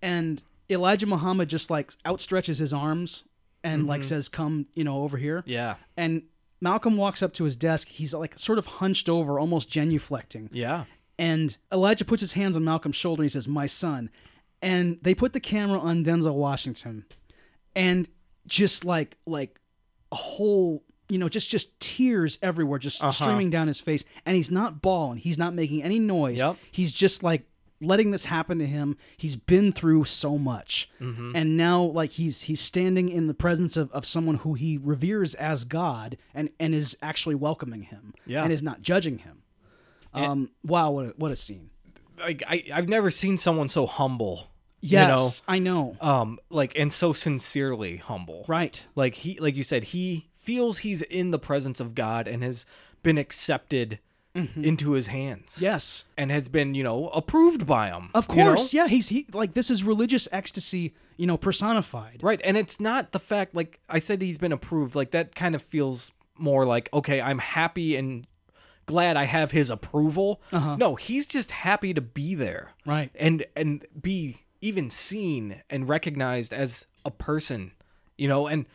[SPEAKER 2] and Elijah Muhammad just like outstretches his arms and like says, "Come, you know, over here."
[SPEAKER 1] Yeah.
[SPEAKER 2] And Malcolm walks up to his desk. He's like sort of hunched over, almost genuflecting.
[SPEAKER 1] Yeah.
[SPEAKER 2] And Elijah puts his hands on Malcolm's shoulder and he says, My son. And they put the camera on Denzel Washington. And just like like a whole you know, just just tears everywhere, just streaming down his face. And he's not bawling. He's not making any noise.
[SPEAKER 1] Yep.
[SPEAKER 2] He's just like letting this happen to him. He's been through so much. And now like he's he's standing in the presence of, of someone who he reveres as God and, and is actually welcoming him.
[SPEAKER 1] Yeah.
[SPEAKER 2] And is not judging him. Um, wow, what a, what a scene.
[SPEAKER 1] Like I, I've never seen someone so humble.
[SPEAKER 2] Yes, I know.
[SPEAKER 1] You know, um, like and so sincerely humble.
[SPEAKER 2] Right.
[SPEAKER 1] Like he, like you said, he feels he's in the presence of God and has been accepted into His hands.
[SPEAKER 2] Yes.
[SPEAKER 1] And has been, you know, approved by Him.
[SPEAKER 2] Of
[SPEAKER 1] you know?
[SPEAKER 2] course. Yeah, he's he like this is religious ecstasy, you know, personified.
[SPEAKER 1] Right, and it's not the fact like I said he's been approved. Like that kind of feels more like okay, I'm happy and glad I have his approval. No, he's just happy to be there.
[SPEAKER 2] Uh-huh. Right.
[SPEAKER 1] And and be even seen and recognized as a person, you know, and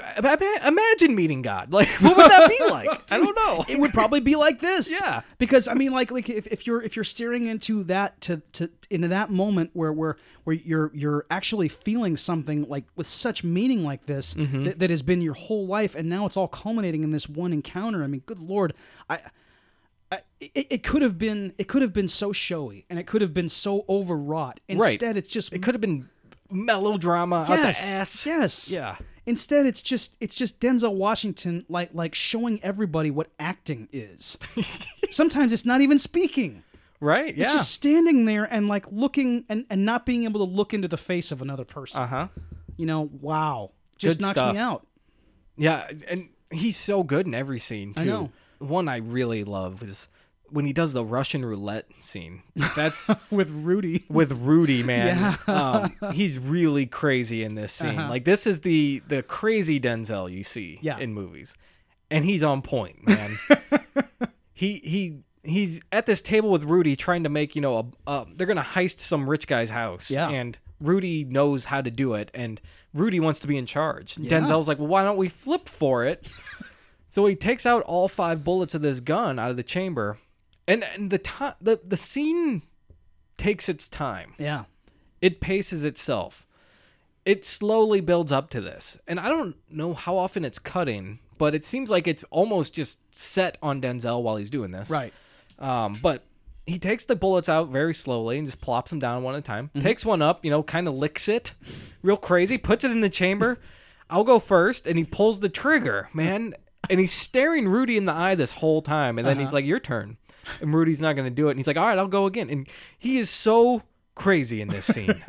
[SPEAKER 1] I- I- imagine meeting God. <laughs> Like what would that
[SPEAKER 2] <laughs>
[SPEAKER 1] be like? I don't know.
[SPEAKER 2] It would probably be like this.
[SPEAKER 1] Yeah.
[SPEAKER 2] Because I mean like like if, if you're if you're staring into that to to into that moment where where where you're you're actually feeling something like with such meaning like this
[SPEAKER 1] Mm-hmm.
[SPEAKER 2] that, that has been your whole life and now it's all culminating in this one encounter. I mean, good lord. I I- it, it could have been it could have been so showy and it could have been so overwrought.
[SPEAKER 1] Right.
[SPEAKER 2] Instead, it's just
[SPEAKER 1] It could have been melodrama out
[SPEAKER 2] yes,
[SPEAKER 1] the ass.
[SPEAKER 2] yes,
[SPEAKER 1] Yeah.
[SPEAKER 2] Instead, it's just it's just Denzel Washington like like showing everybody what acting
[SPEAKER 1] <laughs>
[SPEAKER 2] is. Sometimes it's not even speaking.
[SPEAKER 1] Right? Yeah.
[SPEAKER 2] It's just standing there and like looking and, and not being able to look into the face of another person.
[SPEAKER 1] Uh huh.
[SPEAKER 2] you know, wow, just
[SPEAKER 1] Good
[SPEAKER 2] knocks
[SPEAKER 1] stuff.
[SPEAKER 2] me out.
[SPEAKER 1] Yeah, and he's so good in every scene too.
[SPEAKER 2] I know.
[SPEAKER 1] One I really love is when he does the Russian roulette
[SPEAKER 2] <laughs>
[SPEAKER 1] scene. That's
[SPEAKER 2] with Rudy.
[SPEAKER 1] with Rudy, man. Um, he's really crazy in this scene. Like this is the the crazy Denzel you see
[SPEAKER 2] Uh-huh. Yeah.
[SPEAKER 1] in movies, and he's on point,
[SPEAKER 2] <laughs>
[SPEAKER 1] man. he he. He's at this table with Rudy trying to make, you know, a, uh, they're going to heist some rich guy's house.
[SPEAKER 2] Yeah.
[SPEAKER 1] And Rudy knows how to do it. And Rudy wants to be in charge. Denzel's like, well, why don't we flip for it?
[SPEAKER 2] <laughs>
[SPEAKER 1] So he takes out all five bullets of this gun out of the chamber, and, and the time the, the scene takes its time.
[SPEAKER 2] Yeah.
[SPEAKER 1] It paces itself. It slowly builds up to this, and I don't know how often it's cutting, but it seems like it's almost just set on Denzel while he's doing this.
[SPEAKER 2] Right.
[SPEAKER 1] Um, but he takes the bullets out very slowly and just plops them down one at a time. Takes one up, you know, kind of licks it real crazy, puts it in the chamber. I'll go first. And he pulls the trigger, man. And he's staring Rudy in the eye this whole time. And then he's like, Your turn. And Rudy's not going to do it. And he's like, All right, I'll go again. And he is so crazy in this scene.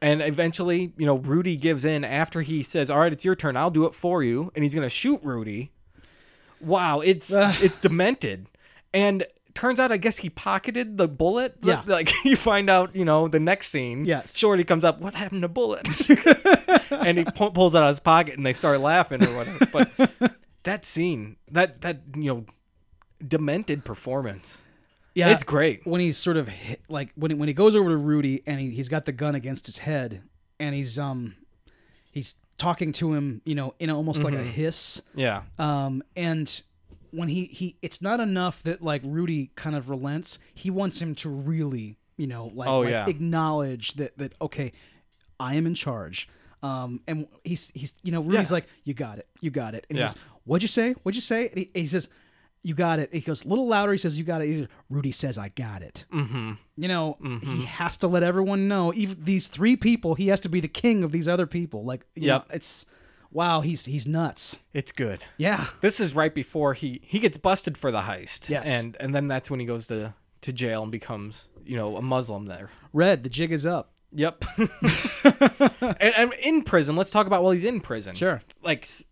[SPEAKER 1] and eventually, you know, Rudy gives in after he says, All right, it's your turn. I'll do it for you. And he's going to shoot Rudy. Wow, it's it's demented. And turns out I guess he pocketed the bullet.
[SPEAKER 2] Yeah.
[SPEAKER 1] Like <laughs> you find out, you know, the next scene.
[SPEAKER 2] Yes.
[SPEAKER 1] Shorty comes up, what happened to
[SPEAKER 2] <laughs>
[SPEAKER 1] bullet? and he pu- pulls it out of his pocket and they start laughing or whatever.
[SPEAKER 2] <laughs>
[SPEAKER 1] But that scene, that that you know, demented performance.
[SPEAKER 2] Yeah.
[SPEAKER 1] It's great.
[SPEAKER 2] when he's sort of hit, like when he, when he goes over to Rudy and he, he's got the gun against his head and he's um he's talking to him, you know, in almost like a
[SPEAKER 1] Mm-hmm.
[SPEAKER 2] hiss.
[SPEAKER 1] Yeah.
[SPEAKER 2] Um and when he he it's not enough that like Rudy kind of relents. He wants him to really, you know, like,
[SPEAKER 1] Oh,
[SPEAKER 2] like,
[SPEAKER 1] yeah.
[SPEAKER 2] acknowledge that that okay, I am in charge. Um and he's he's you know, Rudy's
[SPEAKER 1] Yeah.
[SPEAKER 2] like, "You got it. You got it." And
[SPEAKER 1] Yeah.
[SPEAKER 2] he's, "What'd you say? What'd you say?" And he, he says, "You got it." He goes a little louder. He says, "You got it." He says, Rudy says, "I got it."
[SPEAKER 1] Mm-hmm.
[SPEAKER 2] You know, he has to let everyone know. Even these three people, he has to be the king of these other people. Like, you
[SPEAKER 1] Yep.
[SPEAKER 2] know, it's wow, he's he's nuts.
[SPEAKER 1] It's good.
[SPEAKER 2] Yeah,
[SPEAKER 1] This is right before he he gets busted for the heist.
[SPEAKER 2] Yes.
[SPEAKER 1] And and then that's when he goes to to jail and becomes, you know, a Muslim there.
[SPEAKER 2] red. The jig is up. <laughs>
[SPEAKER 1] Yep. <laughs> and, and in prison, let's talk about while he's in prison.
[SPEAKER 2] Sure.
[SPEAKER 1] Like s-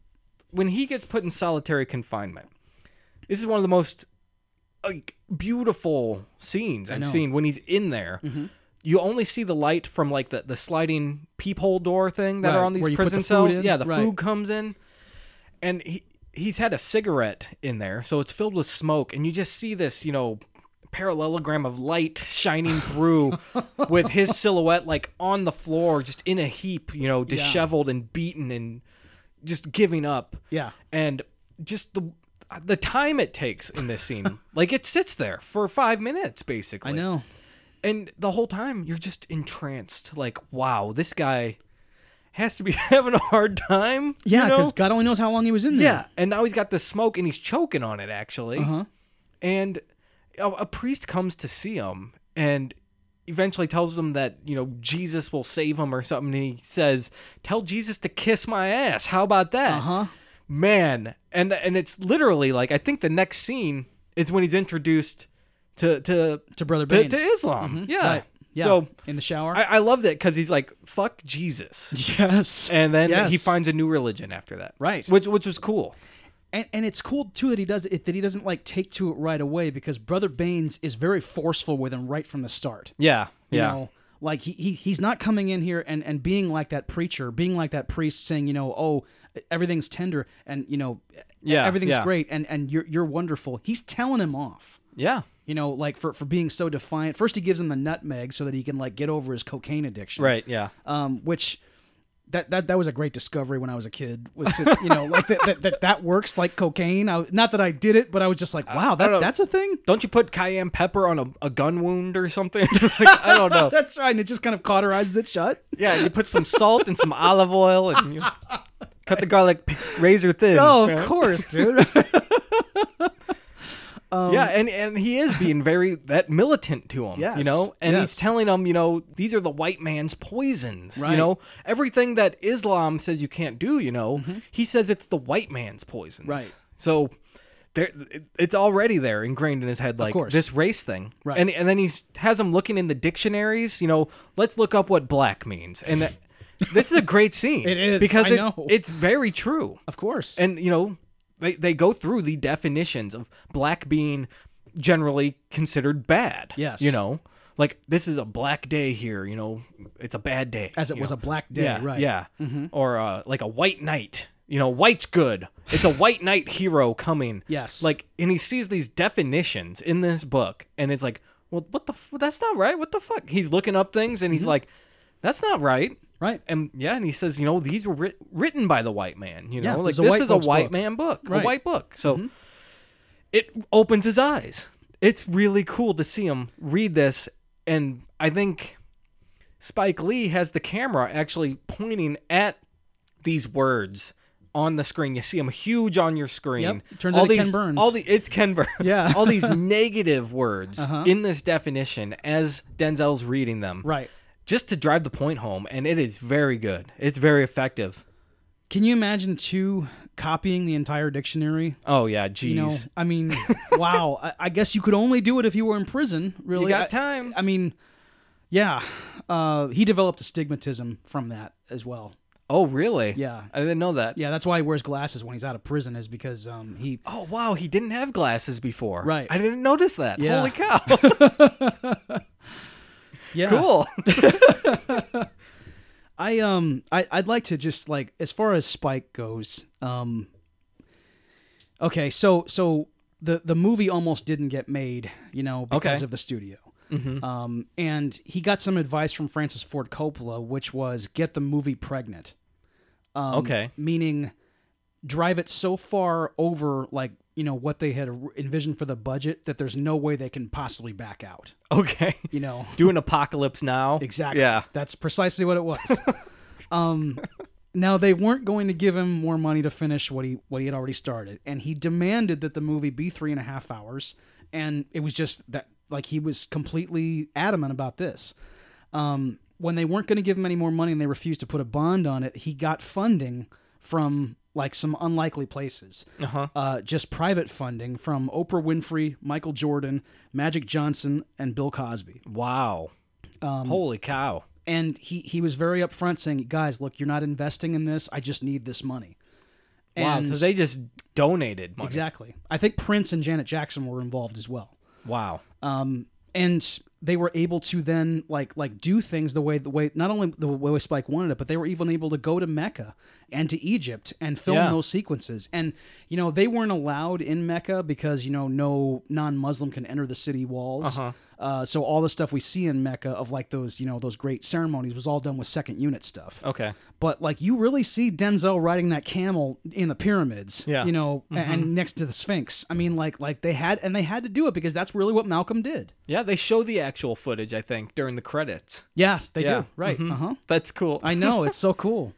[SPEAKER 1] when he gets put in solitary confinement. This is one of the most like beautiful scenes I've
[SPEAKER 2] know. Mm-hmm.
[SPEAKER 1] seen when he's in there. You only see the light from like the, the sliding peephole door thing that
[SPEAKER 2] Right,
[SPEAKER 1] are on these
[SPEAKER 2] where you put
[SPEAKER 1] prison
[SPEAKER 2] the food
[SPEAKER 1] cells.
[SPEAKER 2] in,
[SPEAKER 1] Yeah, the
[SPEAKER 2] right.
[SPEAKER 1] food comes in. And he he's had a cigarette in there, so it's filled with smoke and you just see this, you know, parallelogram of light shining
[SPEAKER 2] <laughs>
[SPEAKER 1] through with his silhouette like on the floor just in a heap, you know, disheveled and beaten and just giving up
[SPEAKER 2] Yeah,
[SPEAKER 1] and just the the time it takes in this
[SPEAKER 2] <laughs>
[SPEAKER 1] scene like it sits there for five minutes basically
[SPEAKER 2] I know.
[SPEAKER 1] and the whole time you're just entranced like wow this guy has to be <laughs> having a hard time
[SPEAKER 2] Yeah,
[SPEAKER 1] you know?
[SPEAKER 2] because God only knows how long he was in there.
[SPEAKER 1] yeah and now he's got the smoke and he's choking on it actually
[SPEAKER 2] Uh-huh.
[SPEAKER 1] and a, a priest comes to see him and eventually tells him that you know jesus will save him or something and he says tell jesus to kiss my ass how about that
[SPEAKER 2] Uh huh.
[SPEAKER 1] man and and it's literally like i think the next scene is when he's introduced to to
[SPEAKER 2] To brother
[SPEAKER 1] to,
[SPEAKER 2] Baines. Mm-hmm.
[SPEAKER 1] to islam yeah.
[SPEAKER 2] Right. Yeah.
[SPEAKER 1] so
[SPEAKER 2] in the shower.
[SPEAKER 1] I, <laughs> I love that because he's like fuck jesus
[SPEAKER 2] yes.
[SPEAKER 1] and then
[SPEAKER 2] Yes.
[SPEAKER 1] he finds a new religion after that
[SPEAKER 2] Right.
[SPEAKER 1] which which was cool
[SPEAKER 2] and and it's cool too that he does it that he doesn't like take to it right away because brother Baines is very forceful with him right from the start.
[SPEAKER 1] yeah
[SPEAKER 2] You
[SPEAKER 1] yeah
[SPEAKER 2] know, like he, he he's not coming in here and and being like that preacher, being like that priest, saying you know, oh, everything's tender and you know,
[SPEAKER 1] Yeah,
[SPEAKER 2] everything's
[SPEAKER 1] yeah.
[SPEAKER 2] great and and you're you're wonderful. He's telling him off.
[SPEAKER 1] yeah
[SPEAKER 2] You know, like for for being so defiant. First, he gives him the nutmeg so that he can like get over his cocaine addiction.
[SPEAKER 1] right yeah
[SPEAKER 2] Um, which. That, that, that was a great discovery when I was a kid was to you know like that that, that, that works like cocaine. I, not that I did it, but I was just like, wow, that,
[SPEAKER 1] know.
[SPEAKER 2] that's a thing.
[SPEAKER 1] don't you put cayenne pepper on a, a gun wound or something <laughs> like, i don't know
[SPEAKER 2] That's right. And it just kind of cauterizes it shut.
[SPEAKER 1] yeah you put some salt and some olive oil and <laughs> you cut the garlic razor thin <laughs>
[SPEAKER 2] Oh,
[SPEAKER 1] Yeah.
[SPEAKER 2] of course, dude. Um,
[SPEAKER 1] yeah, and and he is being very <laughs> that militant to him, you
[SPEAKER 2] Yes,
[SPEAKER 1] know, and
[SPEAKER 2] yes.
[SPEAKER 1] he's telling them, you know, these are the white man's poisons,
[SPEAKER 2] Right.
[SPEAKER 1] you know, everything that Islam says you can't do, you know, he says it's the white man's poisons,
[SPEAKER 2] Mm-hmm. Right.
[SPEAKER 1] So there, it- it's already there ingrained in his head, like
[SPEAKER 2] course.
[SPEAKER 1] this race thing,
[SPEAKER 2] Right.
[SPEAKER 1] And and then he has him looking in the dictionaries, you know, let's look up what black means, and
[SPEAKER 2] <laughs>
[SPEAKER 1] that- this is a great scene,
[SPEAKER 2] It is,
[SPEAKER 1] because
[SPEAKER 2] I
[SPEAKER 1] it-
[SPEAKER 2] know.
[SPEAKER 1] it's very true
[SPEAKER 2] Of course.
[SPEAKER 1] and you know they, they go through the definitions of black being generally considered bad
[SPEAKER 2] Yes.
[SPEAKER 1] you know like this is a black day here you know it's a bad day
[SPEAKER 2] As it
[SPEAKER 1] you
[SPEAKER 2] was
[SPEAKER 1] know?
[SPEAKER 2] a black day,
[SPEAKER 1] yeah,
[SPEAKER 2] right. Mm-hmm.
[SPEAKER 1] yeah or uh, like a white knight you know white's good it's a white knight hero coming
[SPEAKER 2] Yes.
[SPEAKER 1] like and he sees these definitions in this book and it's like well what the f- that's not right what the fuck he's looking up things and he's
[SPEAKER 2] Mm-hmm.
[SPEAKER 1] like that's not right
[SPEAKER 2] Right.
[SPEAKER 1] and yeah, and he says, you know, these were writ- written by the white man. You know,
[SPEAKER 2] Yeah,
[SPEAKER 1] like
[SPEAKER 2] it's a
[SPEAKER 1] this
[SPEAKER 2] white
[SPEAKER 1] is a
[SPEAKER 2] folks'
[SPEAKER 1] white
[SPEAKER 2] book.
[SPEAKER 1] man book,
[SPEAKER 2] Right. Mm-hmm.
[SPEAKER 1] a white book. So it opens his eyes. It's really cool to see him read this, and I think Spike Lee has the camera actually pointing at these words on the screen. You see them huge on your screen.
[SPEAKER 2] Yep. Turns
[SPEAKER 1] all
[SPEAKER 2] into
[SPEAKER 1] these,
[SPEAKER 2] Ken Burns.
[SPEAKER 1] All the it's Ken Burns.
[SPEAKER 2] Yeah.
[SPEAKER 1] <laughs>
[SPEAKER 2] Uh-huh.
[SPEAKER 1] all
[SPEAKER 2] <laughs>
[SPEAKER 1] these negative words in this definition as Denzel's reading them
[SPEAKER 2] Right.
[SPEAKER 1] just to drive the point home, and it is very good. It's very effective.
[SPEAKER 2] Can you imagine two copying the entire dictionary?
[SPEAKER 1] Oh yeah, geez.
[SPEAKER 2] You know,
[SPEAKER 1] <laughs>
[SPEAKER 2] I mean, wow. I, I guess you could only do it if you were in prison. Really,
[SPEAKER 1] got
[SPEAKER 2] I-
[SPEAKER 1] time.
[SPEAKER 2] I mean, yeah. Uh, he developed astigmatism from that as well.
[SPEAKER 1] oh really?
[SPEAKER 2] Yeah.
[SPEAKER 1] I didn't know that.
[SPEAKER 2] Yeah, that's why he wears glasses when he's out of prison, is because um, he.
[SPEAKER 1] Oh wow, he didn't have glasses before.
[SPEAKER 2] Right.
[SPEAKER 1] I didn't notice that.
[SPEAKER 2] Yeah.
[SPEAKER 1] Holy cow.
[SPEAKER 2] <laughs> Yeah, Um,
[SPEAKER 1] cool.
[SPEAKER 2] I um, I I'd like to just like as far as Spike goes. Um. Okay, so so the the movie almost didn't get made, you know, because
[SPEAKER 1] Okay. Mm-hmm.
[SPEAKER 2] of the studio. Um, and he got some advice from Francis Ford Coppola, which was get the movie pregnant. Um,
[SPEAKER 1] Okay.
[SPEAKER 2] meaning drive it so far over like you know what they had envisioned for the budget that there's no way they can possibly back out.
[SPEAKER 1] okay.
[SPEAKER 2] You know.
[SPEAKER 1] Do an apocalypse now.
[SPEAKER 2] Exactly.
[SPEAKER 1] Yeah.
[SPEAKER 2] That's precisely what it was. <laughs> um, now they weren't going to give him more money to finish what he what he had already started, and he demanded that the movie be three and a half hours, and it was just that like he was completely adamant about this. Um, when they weren't going to give him any more money and they refused to put a bond on it, he got funding from like some unlikely places
[SPEAKER 1] Uh-huh.
[SPEAKER 2] uh, just private funding from oprah winfrey michael jordan magic johnson and bill cosby
[SPEAKER 1] Wow.
[SPEAKER 2] Um,
[SPEAKER 1] Holy cow.
[SPEAKER 2] and he he was very upfront saying, "Guys, look, you're not investing in this. I just need this money."
[SPEAKER 1] Wow.
[SPEAKER 2] And
[SPEAKER 1] So they just donated money.
[SPEAKER 2] exactly. I think Prince and Janet Jackson were involved as well,
[SPEAKER 1] Wow.
[SPEAKER 2] um, and they were able to then like like do things the way the way not only the way Spike wanted it, but they were even able to go to Mecca and to Egypt and film
[SPEAKER 1] Yeah.
[SPEAKER 2] those sequences. And you know they weren't allowed in Mecca because you know no non-Muslim can enter the city walls.
[SPEAKER 1] Uh-huh.
[SPEAKER 2] Uh, so all the stuff we see in Mecca of like those you know those great ceremonies was all done with second unit stuff
[SPEAKER 1] Okay.
[SPEAKER 2] but like you really see Denzel riding that camel in the pyramids,
[SPEAKER 1] Yeah. Mm-hmm.
[SPEAKER 2] you know, a- and next to the Sphinx. I mean, like like they had and they had to do it because that's really what Malcolm did.
[SPEAKER 1] Yeah, they show the actual footage, I think, during the credits.
[SPEAKER 2] Yes, they
[SPEAKER 1] Yeah. Mm-hmm.
[SPEAKER 2] do. Right. Uh huh.
[SPEAKER 1] That's cool.
[SPEAKER 2] I know it's so cool.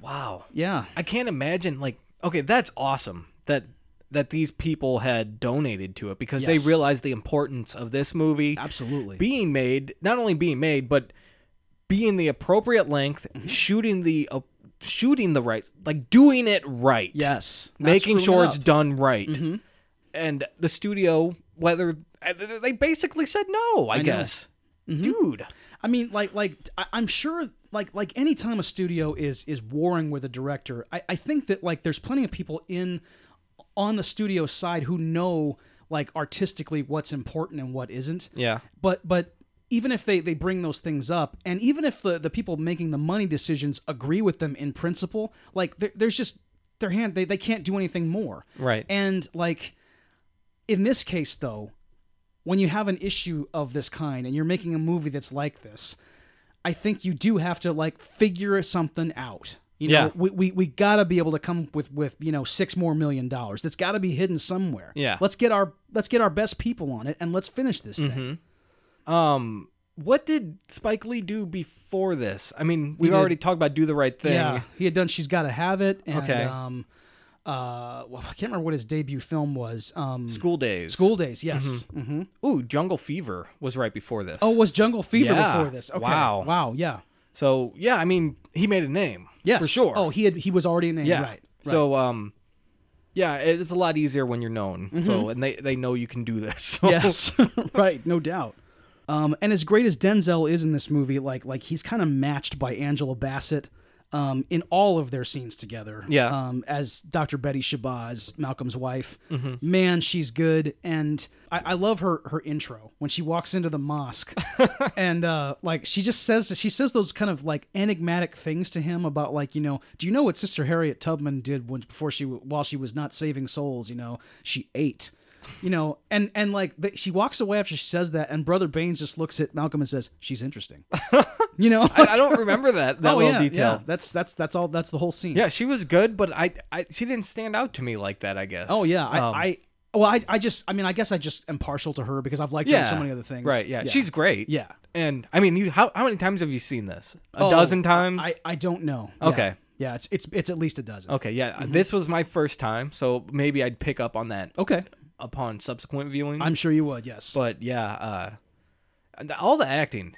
[SPEAKER 1] wow.
[SPEAKER 2] Yeah.
[SPEAKER 1] I can't imagine like okay, that's awesome that that these people had donated to it because
[SPEAKER 2] Yes.
[SPEAKER 1] they realized the importance of this movie
[SPEAKER 2] Absolutely.
[SPEAKER 1] being made, not only being made but being the appropriate length,
[SPEAKER 2] Mm-hmm.
[SPEAKER 1] shooting the uh, shooting the right, like doing it right.
[SPEAKER 2] yes. Not
[SPEAKER 1] Making
[SPEAKER 2] screwing
[SPEAKER 1] sure
[SPEAKER 2] it
[SPEAKER 1] it's
[SPEAKER 2] up. Mm-hmm.
[SPEAKER 1] done right. And the studio whether uh, they basically said no, I,
[SPEAKER 2] know. Mm-hmm.
[SPEAKER 1] guess. Dude.
[SPEAKER 2] I mean, like like I, I'm sure like like any time a studio is is warring with a director, I, I think that like there's plenty of people in on the studio side who know like artistically what's important and what isn't.
[SPEAKER 1] Yeah.
[SPEAKER 2] but but even if they they bring those things up and even if the the people making the money decisions agree with them in principle like there, there's just their hand they, they can't do anything more
[SPEAKER 1] Right.
[SPEAKER 2] and like in this case though when you have an issue of this kind and you're making a movie that's like this i think you do have to like figure something out you know
[SPEAKER 1] Yeah.
[SPEAKER 2] we, we we gotta be able to come up with with you know six more million dollars that's gotta be hidden somewhere
[SPEAKER 1] Yeah. Mm-hmm.
[SPEAKER 2] let's get our let's get our best people on it and let's finish this thing
[SPEAKER 1] Um, what did Spike Lee do before this? I mean, we've
[SPEAKER 2] did-
[SPEAKER 1] already talked about "Do the Right Thing."
[SPEAKER 2] Yeah, he had done. She's got to have it. And,
[SPEAKER 1] Okay.
[SPEAKER 2] Um, uh, well, I can't remember what his debut film was. Um,
[SPEAKER 1] School Mm-hmm. days.
[SPEAKER 2] School Days, yes. hmm
[SPEAKER 1] Ooh, Jungle Fever was right before this.
[SPEAKER 2] Oh, was Jungle Fever
[SPEAKER 1] Yeah.
[SPEAKER 2] before this? Okay.
[SPEAKER 1] Wow.
[SPEAKER 2] Wow. Yeah.
[SPEAKER 1] so yeah, I mean, he made a name.
[SPEAKER 2] Yes.
[SPEAKER 1] for sure.
[SPEAKER 2] Oh, he had he was already named.
[SPEAKER 1] yeah.
[SPEAKER 2] Right. right.
[SPEAKER 1] So um, yeah, it's a lot easier when you're known.
[SPEAKER 2] Mm-hmm.
[SPEAKER 1] So and they they know you can do this. <laughs> So.
[SPEAKER 2] yes. <laughs> right. No doubt. Um, and as great as Denzel is in this movie, like like he's kind of matched by Angela Bassett. Um, in all of their scenes together,
[SPEAKER 1] Yeah.
[SPEAKER 2] Um, as Dr. Betty Shabazz, Malcolm's wife,
[SPEAKER 1] Mm-hmm.
[SPEAKER 2] man, she's good, and I, I love her her intro when she walks into
[SPEAKER 1] <laughs>
[SPEAKER 2] the mosque, and uh, like she just says she says those kind of like enigmatic things to him about like you know, do you know what Sister Harriet Tubman did when before she while she was not saving souls, you know, she ate, you know, and and like the, she walks away after she says that, and Brother Baines just looks at Malcolm and says,
[SPEAKER 1] <laughs>
[SPEAKER 2] "She's interesting," you know.
[SPEAKER 1] I, I don't remember that that
[SPEAKER 2] <laughs> oh
[SPEAKER 1] little
[SPEAKER 2] yeah,
[SPEAKER 1] detail.
[SPEAKER 2] yeah. That's that's that's all. That's the whole scene.
[SPEAKER 1] Yeah, she was good, but I, I she didn't stand out to me like that. I guess.
[SPEAKER 2] Oh yeah, I,
[SPEAKER 1] Um,
[SPEAKER 2] I well, I, I just, I mean, I guess I just am partial to her because I've liked her in so many other things.
[SPEAKER 1] Right. Yeah, she's great.
[SPEAKER 2] yeah.
[SPEAKER 1] And I mean, you how how many times have you seen this? A
[SPEAKER 2] Oh,
[SPEAKER 1] dozen times.
[SPEAKER 2] I, I don't know.
[SPEAKER 1] Okay.
[SPEAKER 2] Yeah. yeah, it's it's it's at least a dozen.
[SPEAKER 1] okay. Yeah.
[SPEAKER 2] mm-hmm.
[SPEAKER 1] This was my first time, so maybe I'd pick up on that
[SPEAKER 2] Okay.
[SPEAKER 1] upon subsequent viewing.
[SPEAKER 2] I'm sure you would. Yes.
[SPEAKER 1] but yeah, uh, and all the acting,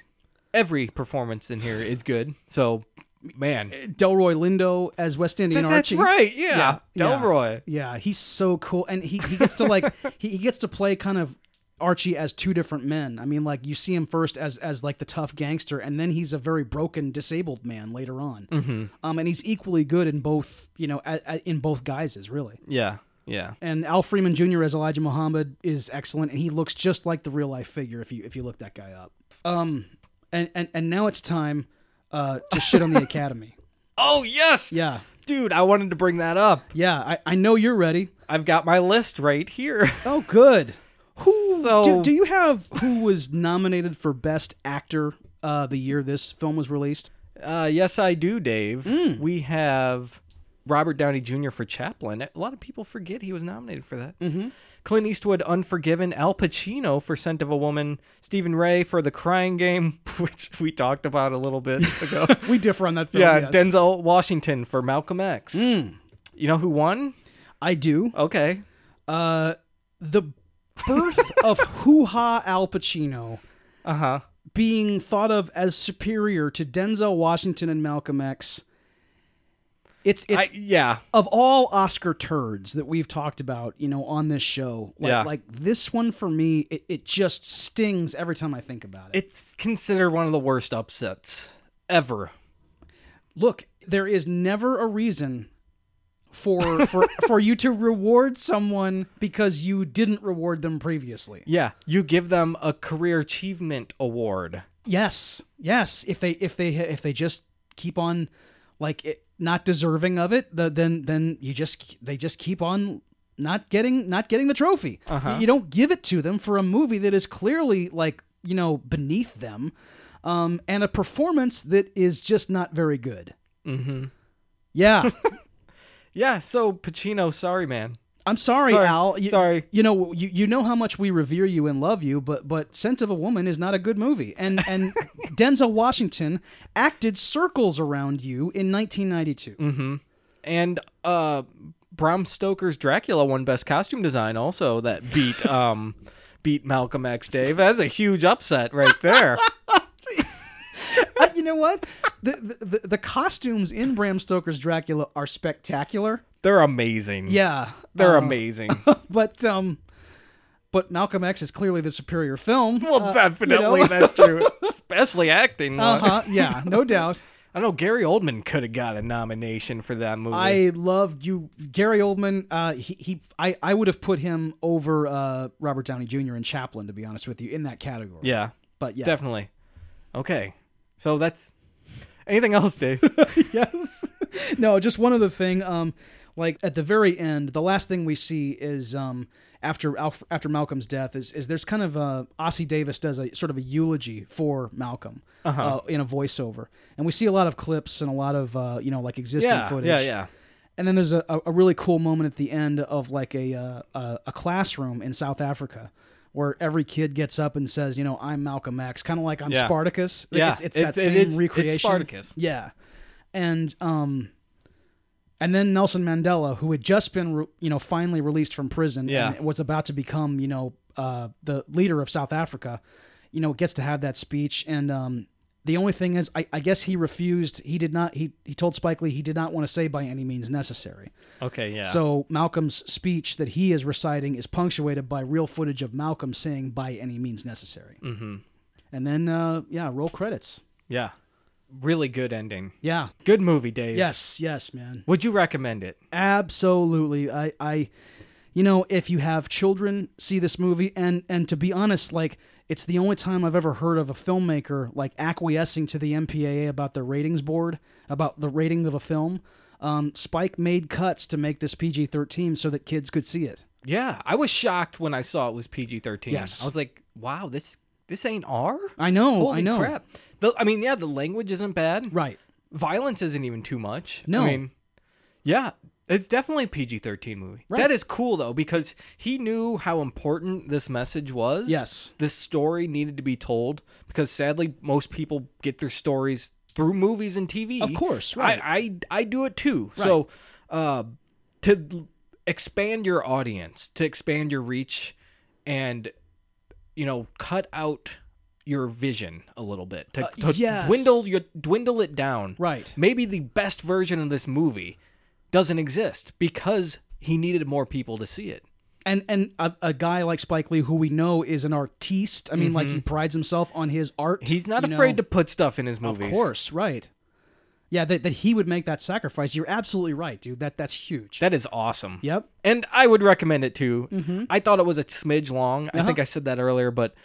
[SPEAKER 1] every performance in here is good. So, man,
[SPEAKER 2] Delroy Lindo as West Indian
[SPEAKER 1] that's
[SPEAKER 2] Eh, Archie.
[SPEAKER 1] right. Yeah,
[SPEAKER 2] yeah.
[SPEAKER 1] Delroy.
[SPEAKER 2] Yeah, he's so cool, and he, he gets
[SPEAKER 1] <laughs>
[SPEAKER 2] to like he, he gets to play kind of Archie as two different men. I mean, like you see him first as as like the tough gangster, and then he's a very broken, disabled man later on. Mm-hmm. Um, and he's equally good in both, you know, a, a, in both guises, really.
[SPEAKER 1] Yeah. Yeah.
[SPEAKER 2] And Al Freeman Jr. as Elijah Muhammad is excellent, and he looks just like the real life figure if you if you look that guy up. Um, and and and now it's time uh, to
[SPEAKER 1] <laughs>
[SPEAKER 2] shit on the Academy.
[SPEAKER 1] Oh yes.
[SPEAKER 2] Yeah,
[SPEAKER 1] Dude, I wanted to bring that up.
[SPEAKER 2] yeah, I, I know you're ready.
[SPEAKER 1] I've got my list right here. <laughs>
[SPEAKER 2] Oh, good.
[SPEAKER 1] so
[SPEAKER 2] Do, do you have who was nominated for Best Actor uh, the year this film was released?
[SPEAKER 1] Uh, yes, I do, Dave. We have Robert Downey Jr. for Chaplin. A lot of people forget he was nominated for that. Mm-hmm. Clint Eastwood, Unforgiven. Al Pacino for Scent of a Woman. Stephen Ray for The Crying Game, <laughs> which we talked about a little <laughs> bit ago.
[SPEAKER 2] We differ on that film.
[SPEAKER 1] yeah,
[SPEAKER 2] yes.
[SPEAKER 1] Denzel Washington for Malcolm X. You know who won?
[SPEAKER 2] I do.
[SPEAKER 1] Mm. Okay.
[SPEAKER 2] Uh, the birth of Hoo Ha Al Pacino
[SPEAKER 1] Uh huh.
[SPEAKER 2] being thought of as superior to Denzel Washington and Malcolm X. It's it's
[SPEAKER 1] Yeah.
[SPEAKER 2] of all Oscar turds that we've talked about, you know, on this show. Like,
[SPEAKER 1] Yeah.
[SPEAKER 2] like this one for me, it, it just stings every time I think about it.
[SPEAKER 1] It's considered one of the worst upsets ever.
[SPEAKER 2] look, there is never a reason for for <laughs> for you to reward someone because you didn't reward them previously.
[SPEAKER 1] Yeah. You give them a career achievement award.
[SPEAKER 2] Yes, yes. If they if they if they just keep on like it, not deserving of it, the, then then you just they just keep on not getting not getting the trophy.
[SPEAKER 1] Uh-huh.
[SPEAKER 2] You don't give it to them for a movie that is clearly like you know beneath them, um, and a performance that is just not very good.
[SPEAKER 1] Mm-hmm.
[SPEAKER 2] Yeah, <laughs>
[SPEAKER 1] Yeah, so Pacino, sorry, man.
[SPEAKER 2] I'm sorry,
[SPEAKER 1] Sorry.
[SPEAKER 2] Al. You,
[SPEAKER 1] Sorry.
[SPEAKER 2] You know, you, you know how much we revere you and love you, but but Scent of a Woman is not a good movie.
[SPEAKER 1] <laughs>
[SPEAKER 2] And and Denzel Washington acted circles around you in 1992.
[SPEAKER 1] Mm-hmm. And uh Bram Stoker's Dracula won best costume design also that
[SPEAKER 2] <laughs>
[SPEAKER 1] beat um beat Malcolm X Dave. That's a huge upset right
[SPEAKER 2] <laughs>
[SPEAKER 1] there.
[SPEAKER 2] Uh, you know what? The, the the- the costumes in Bram Stoker's Dracula are spectacular.
[SPEAKER 1] They're amazing.
[SPEAKER 2] Yeah,
[SPEAKER 1] They're
[SPEAKER 2] Uh, <laughs>
[SPEAKER 1] amazing.
[SPEAKER 2] But um, but Malcolm X is clearly the superior film.
[SPEAKER 1] well, definitely that's true. Uh, <laughs> Especially acting.
[SPEAKER 2] Uh
[SPEAKER 1] one.
[SPEAKER 2] huh. Yeah, no doubt.
[SPEAKER 1] I know Gary Oldman could have got a nomination for that movie.
[SPEAKER 2] I loved you, Gary Oldman. Uh, he, he I, I would have put him over uh, Robert Downey Jr. and Chaplin, to be honest with you, in that category.
[SPEAKER 1] yeah,
[SPEAKER 2] but yeah,
[SPEAKER 1] definitely. Okay. So that's anything else,
[SPEAKER 2] <laughs>
[SPEAKER 1] Dave?
[SPEAKER 2] <laughs> yes. no, just one other thing. Um, like at the very end, the last thing we see is um after Alf- after Malcolm's death is is there's kind of a Ossie Davis does a sort of a eulogy for Malcolm
[SPEAKER 1] Uh-huh.
[SPEAKER 2] uh in a voiceover, and we see a lot of clips and a lot of uh, you know like existing
[SPEAKER 1] yeah,
[SPEAKER 2] footage.
[SPEAKER 1] yeah, yeah.
[SPEAKER 2] And then there's a, a- a really cool moment at the end of like a, uh, a a classroom in South Africa where every kid gets up and says, you know, I'm Malcolm X, kind of like I'm
[SPEAKER 1] Yeah.
[SPEAKER 2] Spartacus.
[SPEAKER 1] Yeah,
[SPEAKER 2] It's, it's
[SPEAKER 1] it-
[SPEAKER 2] that
[SPEAKER 1] it
[SPEAKER 2] same
[SPEAKER 1] is- it's
[SPEAKER 2] recreation.
[SPEAKER 1] Spartacus.
[SPEAKER 2] Yeah. And um and then Nelson Mandela, who had just been, re- you know, finally released from prison
[SPEAKER 1] Yeah.
[SPEAKER 2] and was about to become, you know, uh, the leader of South Africa, you know, gets to have that speech. And um, the only thing is, I, I guess he refused. He did not. He he told Spike Lee he did not want to say by any means necessary.
[SPEAKER 1] Okay, yeah.
[SPEAKER 2] So Malcolm's speech that he is reciting is punctuated by real footage of Malcolm saying "by any means necessary," mm-hmm. and then uh, yeah, roll credits.
[SPEAKER 1] yeah. Really good ending.
[SPEAKER 2] Yeah.
[SPEAKER 1] Good movie, Dave.
[SPEAKER 2] Yes. Yes, man.
[SPEAKER 1] Would you recommend it?
[SPEAKER 2] Absolutely. I, I, you know, if you have children, see this movie. And and to be honest, like it's the only time I've ever heard of a filmmaker like acquiescing to the MPAA about their ratings board about the rating of a film. Um, Spike made cuts to make this PG thirteen so that kids could see it.
[SPEAKER 1] Yeah, I was shocked when I saw it was PG thirteen.
[SPEAKER 2] Yes.
[SPEAKER 1] I was like, wow, this this ain't R.
[SPEAKER 2] I know.
[SPEAKER 1] Holy
[SPEAKER 2] I know.
[SPEAKER 1] crap! The, I mean, yeah, the language isn't bad.
[SPEAKER 2] Right.
[SPEAKER 1] Violence isn't even too much.
[SPEAKER 2] No.
[SPEAKER 1] I mean, yeah, it's definitely a PG thirteen movie.
[SPEAKER 2] Right.
[SPEAKER 1] That is cool though because he knew how important this message was.
[SPEAKER 2] Yes.
[SPEAKER 1] this story needed to be told because sadly most people get their stories through movies and TV.
[SPEAKER 2] Of course, right.
[SPEAKER 1] I I, I do it too. So uh, to l- expand your audience, to expand your reach, and you know, cut out your vision a little bit to, to
[SPEAKER 2] Uh, yes.
[SPEAKER 1] dwindle your dwindle it down.
[SPEAKER 2] Right.
[SPEAKER 1] Maybe the best version of this movie doesn't exist because he needed more people to see it.
[SPEAKER 2] and and a, a guy like Spike Lee, who we know is an artiste. I mean, like he prides himself on his art.
[SPEAKER 1] Mm-hmm. He's not
[SPEAKER 2] you
[SPEAKER 1] afraid
[SPEAKER 2] know?
[SPEAKER 1] to put stuff in his movies.
[SPEAKER 2] Of course, right? Yeah, that, that he would make that sacrifice. You're absolutely right, dude. That that's huge.
[SPEAKER 1] That is awesome.
[SPEAKER 2] yep. Mm-hmm.
[SPEAKER 1] and I would recommend it too. I thought it was a smidge long.
[SPEAKER 2] Uh-huh.
[SPEAKER 1] I think I said that earlier, but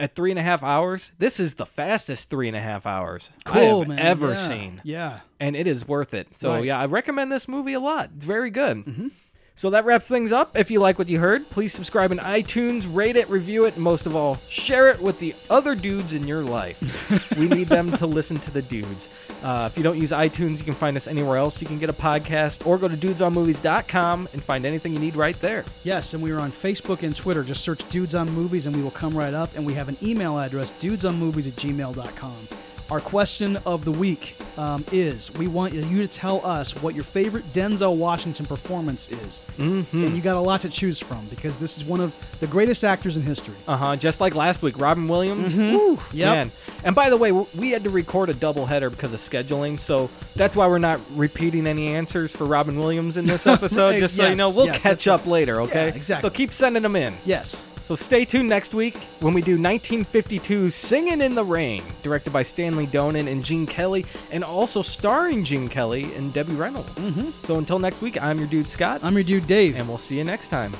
[SPEAKER 1] at three and a half hours, this is the fastest three and a half hours I
[SPEAKER 2] Cool,
[SPEAKER 1] have
[SPEAKER 2] man.
[SPEAKER 1] ever
[SPEAKER 2] Yeah.
[SPEAKER 1] seen,
[SPEAKER 2] Yeah.
[SPEAKER 1] and it is worth it. So
[SPEAKER 2] Right.
[SPEAKER 1] yeah, I recommend this movie a lot. It's very good. So that wraps things up. If you like what you heard, please subscribe in iTunes, rate it, review it, and most of all, share it with the other dudes in your life. we need them to listen to the dudes. Uh, if you don't use iTunes, you can find us anywhere else. You can get a podcast or go to dudesonmovies.com and find anything you need right there.
[SPEAKER 2] Yes, and we are on Facebook and Twitter. Just search Dudes on Movies and we will come right up. And we have an email address, dudesonmovies at gmail.com. Our question of the week um, is we want you to tell us what your favorite Denzel Washington performance is. Mm-hmm. And you got a lot to choose from because this is one of the greatest actors in history.
[SPEAKER 1] Uh huh. Just like last week, Robin Williams. Woo,
[SPEAKER 2] Mm-hmm. Yep.
[SPEAKER 1] man. And by the way, w- we had to record a double header because of scheduling, so that's why we're not repeating any answers for Robin Williams in
[SPEAKER 2] <laughs>
[SPEAKER 1] this episode. just so you
[SPEAKER 2] Yes,
[SPEAKER 1] know, we'll
[SPEAKER 2] yes,
[SPEAKER 1] catch
[SPEAKER 2] that's
[SPEAKER 1] up later. Okay.
[SPEAKER 2] Yeah, exactly.
[SPEAKER 1] So keep sending them in.
[SPEAKER 2] Yes.
[SPEAKER 1] So stay tuned next week when we do 1952 Singing in the Rain, directed by Stanley Donen and Gene Kelly, and also starring Gene Kelly and Debbie Reynolds. Mm-hmm. So until next week, I'm your dude Scott,
[SPEAKER 2] I'm your dude, Dave.
[SPEAKER 1] and we'll see you next time.